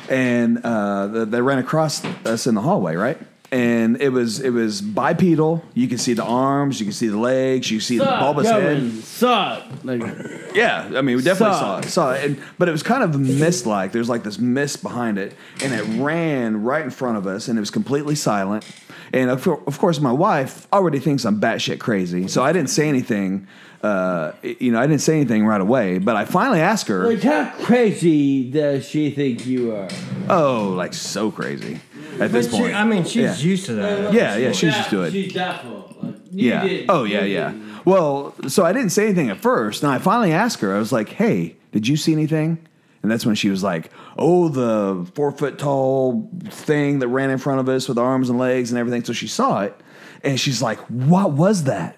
S3: And uh, th- they ran across us in the hallway, right? And it was it was bipedal. You can see the arms, you can see the legs, you can see the
S2: Saw it
S3: bulbous head.
S2: coming. Saw it. Like,
S3: Yeah, I mean, we definitely
S2: Saw
S3: saw it. Saw it, and, but it was kind of mist like. There's like this mist behind it, and it ran right in front of us, and it was completely silent. And of, cour- of course, my wife already thinks I'm batshit crazy, so I didn't say anything. Uh, you know, I didn't say anything right away, but I finally asked her.
S2: like how crazy does she think you are?
S3: Oh, like so crazy at
S1: But
S3: this
S1: she,
S3: point.
S1: I mean, she's
S3: Yeah.
S1: used to that.
S3: Yeah, yeah, she's just doing it.
S2: She's doubtful. Like, you
S3: yeah.
S2: did.
S3: oh, yeah,
S2: You
S3: yeah.
S2: did.
S3: Well, so I didn't say anything at first, and I finally asked her. I was like, "Hey, did you see anything?" And that's when she was like, "Oh, the four foot tall thing that ran in front of us with arms and legs and everything." So she saw it, and she's like, "What was that?"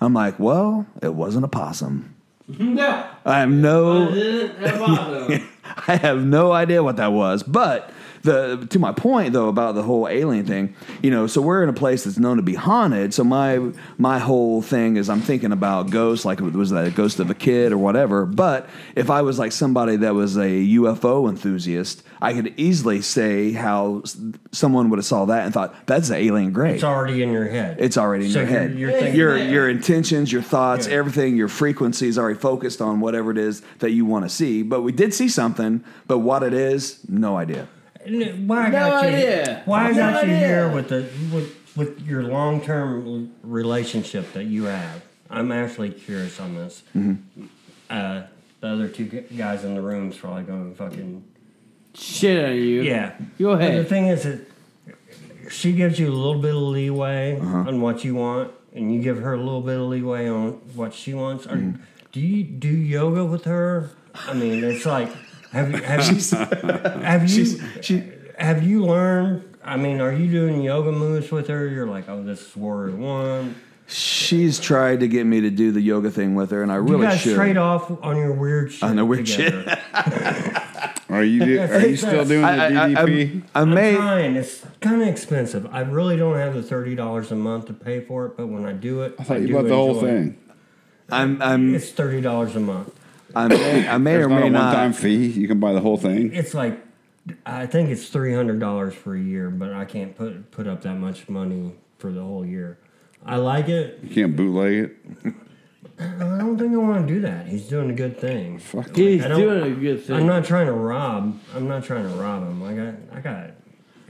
S3: I'm like, "Well, it wasn't a possum."
S2: No.
S3: I have no.
S2: It isn't at all, though.
S3: I have no idea what that was. But the to my point though about the whole alien thing, you know, so we're in a place that's known to be haunted. So my my whole thing is I'm thinking about ghosts, like was that a ghost of a kid or whatever. But if I was like somebody that was a UFO enthusiast, I could easily say how s- someone would have saw that and thought that's an alien grave.
S1: It's already in your head.
S3: It's already in
S1: So
S3: your
S1: you're-
S3: head.
S1: you're
S3: your
S1: thinking
S3: your,
S1: that.
S3: intentions, your thoughts,
S1: Yeah.
S3: everything, your frequency is already focused on whatever it is that you want to see. But we did see something, but what it is, no idea.
S1: N- Why I
S2: No
S1: got you?
S2: idea.
S1: Why I
S2: No
S1: got you
S2: idea.
S1: here with the with with your long term relationship that you have? I'm actually curious on this.
S3: Mm-hmm.
S1: Uh, the other two gu- guys in the room's probably going to fucking
S2: Shit out of you.
S1: yeah.
S2: Go
S1: But the
S2: ahead.
S1: thing is that she gives you a little bit of leeway
S3: Uh-huh.
S1: on what you want, and you give her a little bit of leeway on what she wants. Are,
S3: Mm-hmm.
S1: Do you do yoga with her? I mean, it's like have you have you, have you
S3: she-
S1: have you learned? I mean, are you doing yoga moves with her? You're like, oh, this is warrior one.
S3: She's tried to get me to do the yoga thing with her, and I
S1: You
S3: really
S1: guys
S3: should.
S1: trade off on your weird shit.
S3: On the weird
S1: together.
S4: Are you do, are you still doing the
S3: I, I, I,
S4: DDP?
S3: I, I
S1: I'm
S3: may.
S1: trying. It's kind of expensive. I really don't have the thirty dollars a month to pay for it, but when I do it,
S4: I thought
S1: do
S4: you bought the whole
S1: enjoy it.
S4: thing.
S3: I'm. I'm.
S1: It's thirty dollars a month.
S3: I may. I may
S4: There's
S3: or
S4: not a
S3: may
S4: one-time
S3: not.
S4: fee. You can buy the whole thing.
S1: It's like I think it's three hundred dollars for a year, but I can't put put up that much money for the whole year. I like it.
S4: You can't bootleg it.
S1: I don't think I want to do that. He's doing a good thing.
S4: Fuck.
S2: He's
S1: I don't-
S2: doing a good thing.
S1: I'm not trying to rob. I'm not trying to rob him. I got I got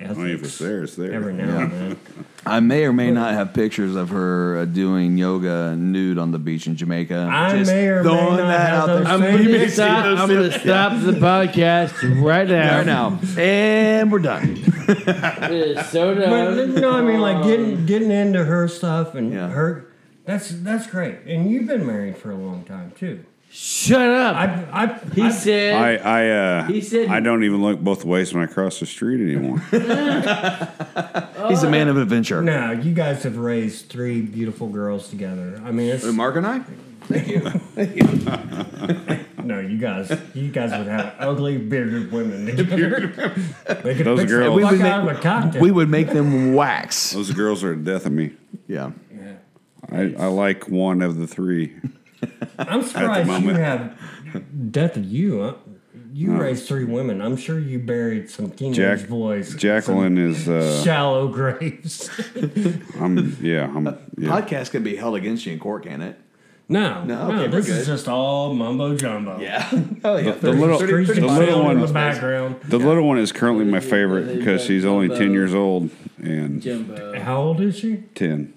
S4: I mean, if it's
S1: ethics
S4: there, it's there.
S1: every now and then.
S3: I may or may not have pictures of her uh, doing yoga nude on the beach in Jamaica.
S1: I may or may
S3: throwing
S1: not
S3: that
S1: have
S3: out
S1: those
S3: there.
S1: I'm
S2: I'm
S1: You
S2: gonna
S1: may
S2: stop, I'm gonna stop the podcast right now.
S3: Right now, and we're done.
S2: It is so
S1: But
S2: dumb.
S1: you know, I mean, like getting getting into her stuff and
S3: Yeah.
S1: her. That's that's great. And you've been married for a long time too.
S2: Shut up.
S1: I I
S2: he
S1: I,
S2: said.
S4: I I uh,
S2: He said-
S4: I don't even look both ways when I cross the street anymore.
S3: He's a man of adventure.
S1: No, you guys have raised three beautiful girls together. I mean, it's
S3: Mark and I?
S1: no, you guys, you guys would have ugly bearded women. they could
S4: Those
S1: fix
S4: girls-
S1: the
S4: We
S1: fuck
S3: would
S1: out
S3: make-
S1: of a cocktail.
S3: We would make them wax.
S4: Those girls are the death of me.
S3: Yeah.
S1: Yeah.
S4: I, I like one of the three.
S1: I'm surprised you
S4: moment.
S1: have death of you. Huh? You raised three women. I'm sure you buried some teenage
S4: Jack
S1: boys,
S4: Jacqueline is
S1: some
S4: uh,
S1: shallow graves.
S4: I'm yeah I'm yeah.
S3: Podcast can be held against you in court, can it?
S1: no,
S3: No,
S1: no,
S3: okay, we're
S1: this is
S3: good.
S1: just all mumbo jumbo.
S3: Yeah. Oh, yeah.
S4: The little the
S1: Screeching
S4: little
S1: sound in the
S4: one
S1: background.
S4: the little one is currently my favorite because she's only ten years old and
S2: Jumbo.
S1: How old is she?
S4: ten.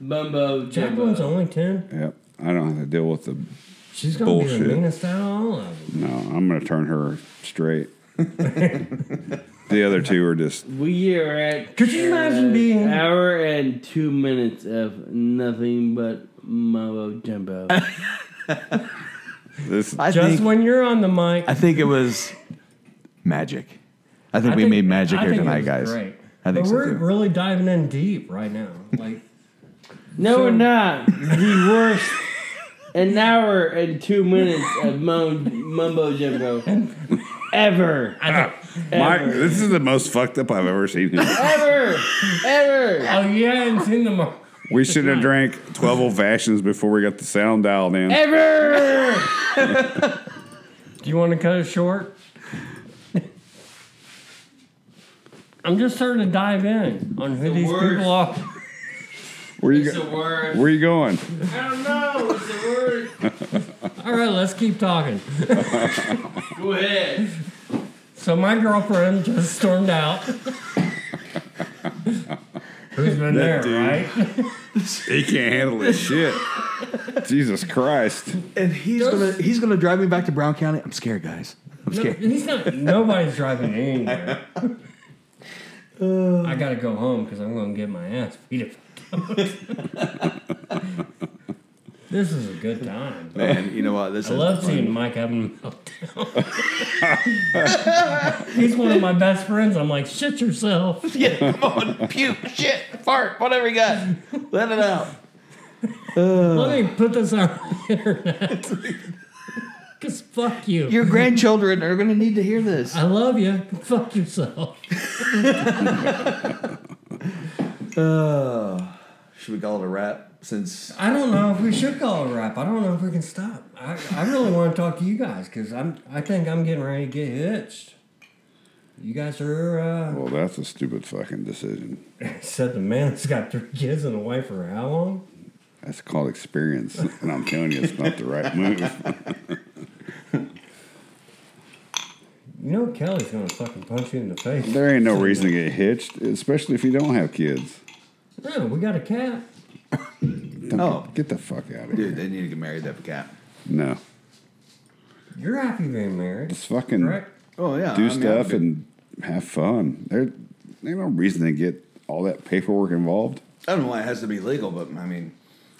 S2: Mumbo
S1: Jacqueline's
S2: Jumbo.
S1: only ten.
S4: Yep. I don't have to deal with the
S1: She's gonna be
S4: Bullshit.
S1: the meanest out of all of them.
S4: no. I'm gonna turn her straight. the other two are just
S2: We are at
S1: Could you imagine
S2: an
S1: being-
S2: hour and two minutes of nothing but Mumbo Jumbo.
S4: this.
S3: I
S1: Just
S3: think,
S1: when you're on the mic.
S3: I think it was magic. I think
S1: I
S3: we
S1: think-
S3: made magic
S1: I
S3: here
S1: think it
S3: tonight,
S1: was
S3: guys.
S1: Great.
S3: I think
S1: but
S3: so,
S1: we're
S3: too.
S1: really diving in deep right now. Like
S2: No,
S1: So-
S2: we're not. The worst. An hour and two minutes of mum, mumbo jumbo ever,
S4: My, this is the most fucked up I've ever seen him.
S2: ever, ever.
S1: Oh yeah, and seen the mo-
S4: We should have drank 12 ovations before we got the sound dialed in.
S2: Ever!
S1: Do you want to cut it short? I'm just starting to dive in on who these
S2: worst.
S1: people are.
S4: Where you,
S2: It's the
S4: go,
S2: worst.
S4: where you going?
S2: I don't know. It's the worst.
S1: All right, let's keep talking.
S2: Go ahead.
S1: So my girlfriend just stormed out. Who's been there,
S4: dude.
S1: right?
S4: He can't handle this shit. Jesus Christ.
S3: And he's gonna he's gonna drive me back to Brown County. I'm scared, guys. I'm
S1: No,
S3: scared.
S1: he's not. Nobody's driving anywhere. I gotta go home because I'm gonna get my ass beat if I don't. this is a good time.
S3: Man, you know what? This
S1: I
S3: is
S1: love seeing Mike having a meltdown. he's one of my best friends. I'm like, shit yourself.
S3: Yeah, come on, puke, shit, fart, whatever you got. Let it out.
S1: Let me put this on the internet. Because
S5: Fuck you.
S3: Your grandchildren are going to need to hear this.
S5: I love you. Fuck yourself.
S3: Uh, should we call it a wrap? Since
S1: I don't know if we should call it a wrap. I don't know if we can stop. I, I really want to talk to you guys because I'm I think I'm getting ready to get hitched. You guys are uh,
S4: Well, that's a stupid fucking decision.
S1: said the man that's got three kids and a wife for how long?
S4: That's called experience, and I'm telling you, it's not the right move.
S1: You know Kelly's gonna fucking punch you in the face.
S4: There ain't no reason to get hitched, especially if you don't have kids.
S1: No, we got a cat.
S4: Don't
S3: Oh.
S4: get, get the fuck out of here.
S3: dude, they need to get married. That cat.
S4: No,
S1: You're happy being married,
S4: just fucking
S1: right?
S3: Oh yeah.
S4: do stuff and have fun. There, there ain't no reason to get all that paperwork involved.
S3: I don't know why it has to be legal, but I mean,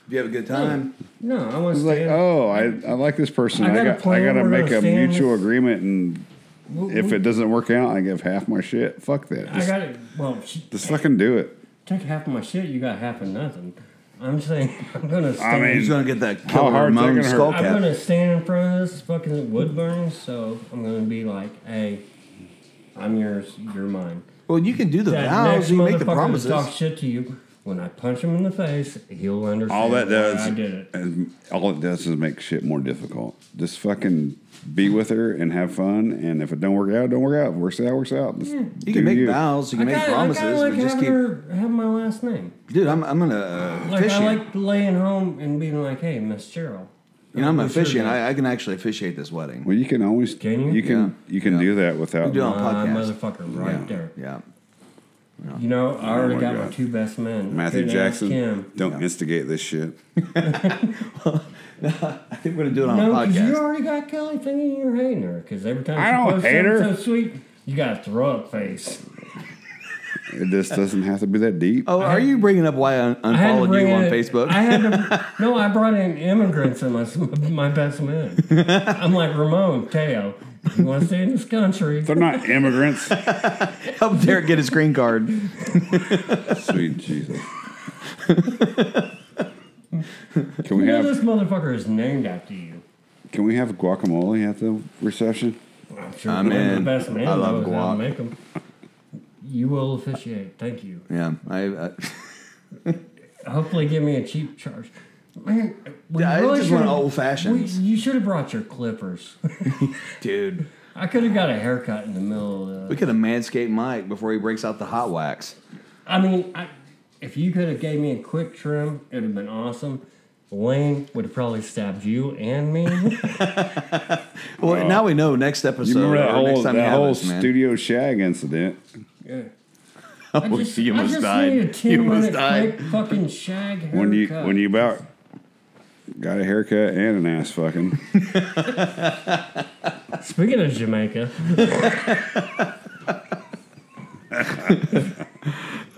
S3: if you have a good time,
S1: No, I want to
S4: It's like,
S1: stay.
S4: oh, I, I like this person.
S1: I
S4: I
S1: got a
S4: got I
S1: plan.
S4: got to
S1: We're
S4: make
S1: gonna
S4: a
S1: stay on
S4: mutual
S1: this-
S4: agreement, and
S1: We-
S4: if
S1: we-
S4: it doesn't work out, I give half my shit. Fuck that.
S1: I
S4: Just,
S1: got it. Well, sh-
S4: just fucking do it.
S1: take half of my shit. You got half of nothing. I'm saying I'm gonna. Stand,
S4: mean,
S3: he's going to get that
S4: How
S3: killer
S4: hard's that
S3: moan
S4: gonna hurt?
S3: skull
S1: I'm
S3: cap.
S1: gonna stand in front of this fucking wood burn, so I'm gonna be like, "Hey, I'm yours, you're mine."
S3: Well, you can do the
S1: That
S3: vows.
S1: next
S3: You make the
S1: motherfucker that
S3: promises.
S1: Talk shit to you. When I punch him in the face, he'll understand.
S4: All that
S1: why
S4: does,
S1: I did it.
S4: and all it does is make shit more difficult. Just fucking
S3: Hmm.
S4: be with her and have fun. And if it don't work out, it don't work out. If it works out, it works out. Just
S3: You
S4: do
S3: can make
S4: you.
S3: vows. You
S1: I
S3: can make
S1: kinda, I kinda
S3: promises,
S1: like
S3: but just
S1: having
S3: keep.
S1: her have my last name.
S3: Dude, I'm I'm gonna uh,
S1: Like
S3: officiate.
S1: I like laying home and being like, "Hey, Miss Cheryl."
S3: you know, I'm
S1: We
S3: a
S1: should
S3: officiant.
S1: have-
S3: I, I can actually officiate this wedding.
S4: Well, you can always
S1: Can you?
S4: you can you can do that without.
S3: do it on
S1: My
S3: podcast.
S1: motherfucker, right
S3: Yeah.
S1: there.
S3: Yeah.
S1: You know, I already
S4: Oh my
S1: got my
S4: God.
S1: two best men.
S4: Matthew
S1: Couldn't ask
S4: Jackson,
S1: Kim.
S4: don't instigate this shit.
S3: I think we're gonna do it on
S1: No,
S3: a
S1: because you
S3: Oh, podcast.
S1: already got Kelly thinking you're hating her. Because every time
S4: I
S1: she
S4: don't
S1: posts
S4: hate
S1: something
S4: her.
S1: so sweet, you got a throw up face.
S4: It just doesn't have to be that deep.
S3: Oh, are you bringing up why I un-
S1: I had to
S3: unfollowed
S1: bring
S3: you on
S1: it-
S3: Facebook?
S1: I had to, no, I brought in immigrants in my my best men. I'm like Ramon Teo. You want to stay in this country?
S4: They're not immigrants.
S3: Help Derek get his green card.
S4: Sweet Jesus. Can
S1: You
S4: we
S1: know this
S4: have
S1: motherfucker is named after you.
S4: can we have guacamole at the reception?
S1: I'm sure
S3: I'm
S1: one of the
S3: in.
S1: best man
S3: I love
S1: knows how to
S3: guac.
S1: make 'em. You will officiate. Thank you.
S3: Yeah, I. uh, I
S1: Hopefully, give me a cheap charge. Man, we
S3: Yeah, I just want
S1: should've-
S3: old fashions.
S1: we- You should have brought your clippers.
S3: dude,
S1: I could have got a haircut in the middle of the.
S3: we could have manscaped Mike before he breaks out the hot wax.
S1: I mean, I, if you could have gave me a quick trim, it'd have been awesome. Wayne would have probably stabbed you and me.
S3: Well, now we know next
S4: You
S3: episode.
S4: remember that
S3: or next
S4: whole
S3: time you
S4: that
S3: have
S4: whole
S3: us, man.
S4: studio shag incident?
S1: Yeah. I
S3: Oh,
S1: just,
S3: you
S1: I
S3: almost
S1: just
S3: died.
S1: Need a 10
S3: You almost
S1: minute
S3: died.
S1: Quick fucking shag haircut.
S4: When you when you about got a haircut and an ass fucking.
S1: Speaking of Jamaica,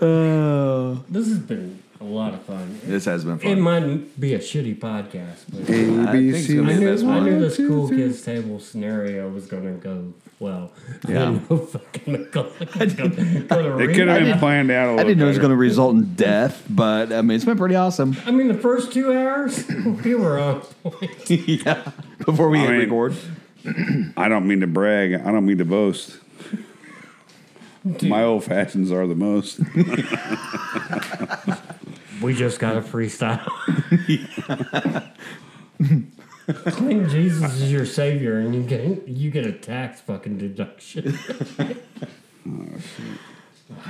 S3: Oh.
S1: this has been a lot of fun. It,
S3: This has been
S1: it
S3: fun.
S1: might be a shitty podcast, but.
S3: I think it's gonna be the best
S1: I knew
S3: one.
S1: the school kids table scenario was gonna go well.
S3: Yeah.
S1: I didn't know fucking McCullough was gonna go to
S4: It
S1: read.
S4: could
S1: I
S4: have been
S1: didn't-
S4: planned out a little
S3: I didn't know it was
S4: better.
S3: going to result in death, but I mean, it's been pretty awesome.
S1: I mean, the first two hours we were on point.
S3: yeah. Before we
S4: I
S3: hit
S4: mean-
S3: record.
S4: I don't mean to brag. I don't mean to boast. My old fashions are the most.
S1: We just got a freestyle. Claim Jesus is your savior, and you get you get a tax fucking deduction.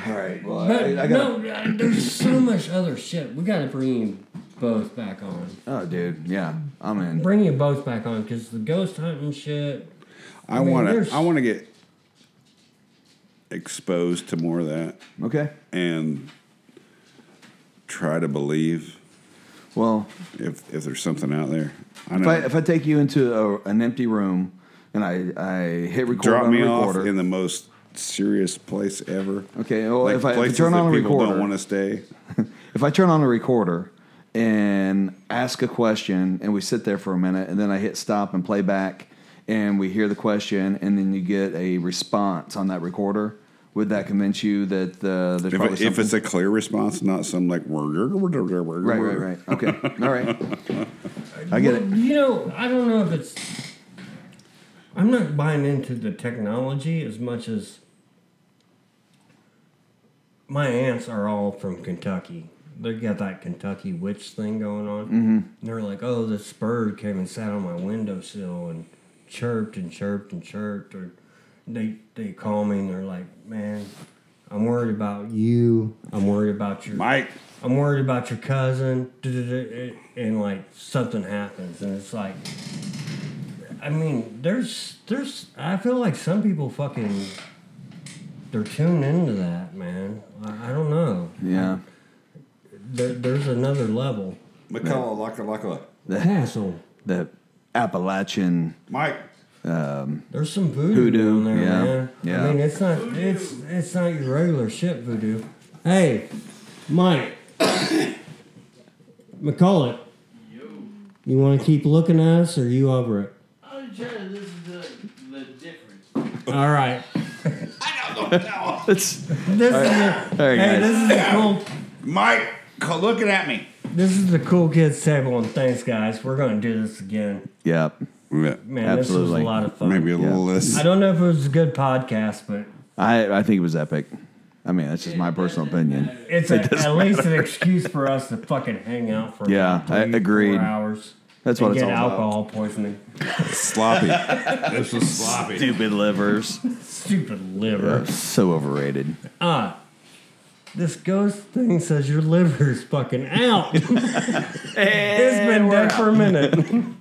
S3: All right. Well,
S1: But
S3: I, I got.
S1: no, uh, there's so much other shit. We gotta bring you both back on.
S3: Oh, dude. Yeah. I'm in.
S1: Bring you both back on because the ghost hunting shit.
S4: I
S1: mean,
S4: want
S1: there's-
S4: to. I want to get exposed to more of that
S3: Okay.
S4: and try to believe
S3: Well,
S4: if if there's something out there. I
S3: if
S4: know.
S3: I, if I take you into a, an empty room and I, I hit record
S4: Drop
S3: on
S4: me
S3: a
S4: off
S3: recorder.
S4: in the most serious place ever.
S3: okay. Well, if, I, if I
S4: places
S3: turn
S4: that
S3: on a
S4: people
S3: recorder.
S4: don't want to stay.
S3: if I turn on a recorder and ask a question and we sit there for a minute and then I hit stop and play back and we hear the question and then you get a response on that recorder, would that convince you that the there's
S4: If,
S3: probably
S4: it- if
S3: something?
S4: it's a clear response, not some like right,
S3: right, right, right. Okay, all right. I get it.
S1: You know, I don't know if it's I'm not buying into the technology as much as my aunts are all from Kentucky. They got that Kentucky witch thing going on. Mm-hmm. They're like, oh, this bird came and sat on my windowsill and chirped and chirped and chirped. Or they they call me and they're like, man, I'm worried about you. I'm worried about your
S4: Mike.
S1: I'm worried about your cousin, da-da-da, eh, and like something happens, and it's like, I mean, there's, there's, I feel like some people fucking, they're tuned into that, man. I, I don't know.
S3: Yeah.
S1: There, there's another level.
S4: McCullough, Laka Laka.
S1: Castle.
S3: The Appalachian.
S4: Mike.
S1: There's some voodoo,
S3: Voodoo,
S1: in there,
S3: yeah,
S1: man.
S3: yeah.
S1: I mean, it's not, it's, it's not your regular shit voodoo. Hey, Mike, McCullough, you want to keep looking at us, or you over it?
S2: I'm trying to listen to the difference.
S1: All right.
S3: It's
S1: This is the,
S3: there you
S1: hey,
S3: go.
S1: this is the cool.
S4: Mike, co- looking at me.
S1: This is the cool kids table, and thanks, guys. We're gonna do this again,
S3: Yeah.
S1: man. This was
S3: Absolutely.
S1: a lot of fun.
S4: Maybe a
S3: Yeah.
S4: little less.
S1: I don't know if it was a good podcast, but
S3: I I think it was epic. I mean, that's just my personal opinion.
S1: it's a, at least an excuse for us to fucking hang out for
S3: Yeah,
S1: about three,
S3: I- agreed.
S1: four hours.
S3: That's
S1: and
S3: what it's
S1: get
S3: all about.
S1: alcohol poisoning.
S4: sloppy. this was sloppy.
S3: Stupid livers.
S1: Stupid liver.
S3: so overrated.
S1: Ah, this ghost thing says your liver's fucking out. it's been dead for a minute.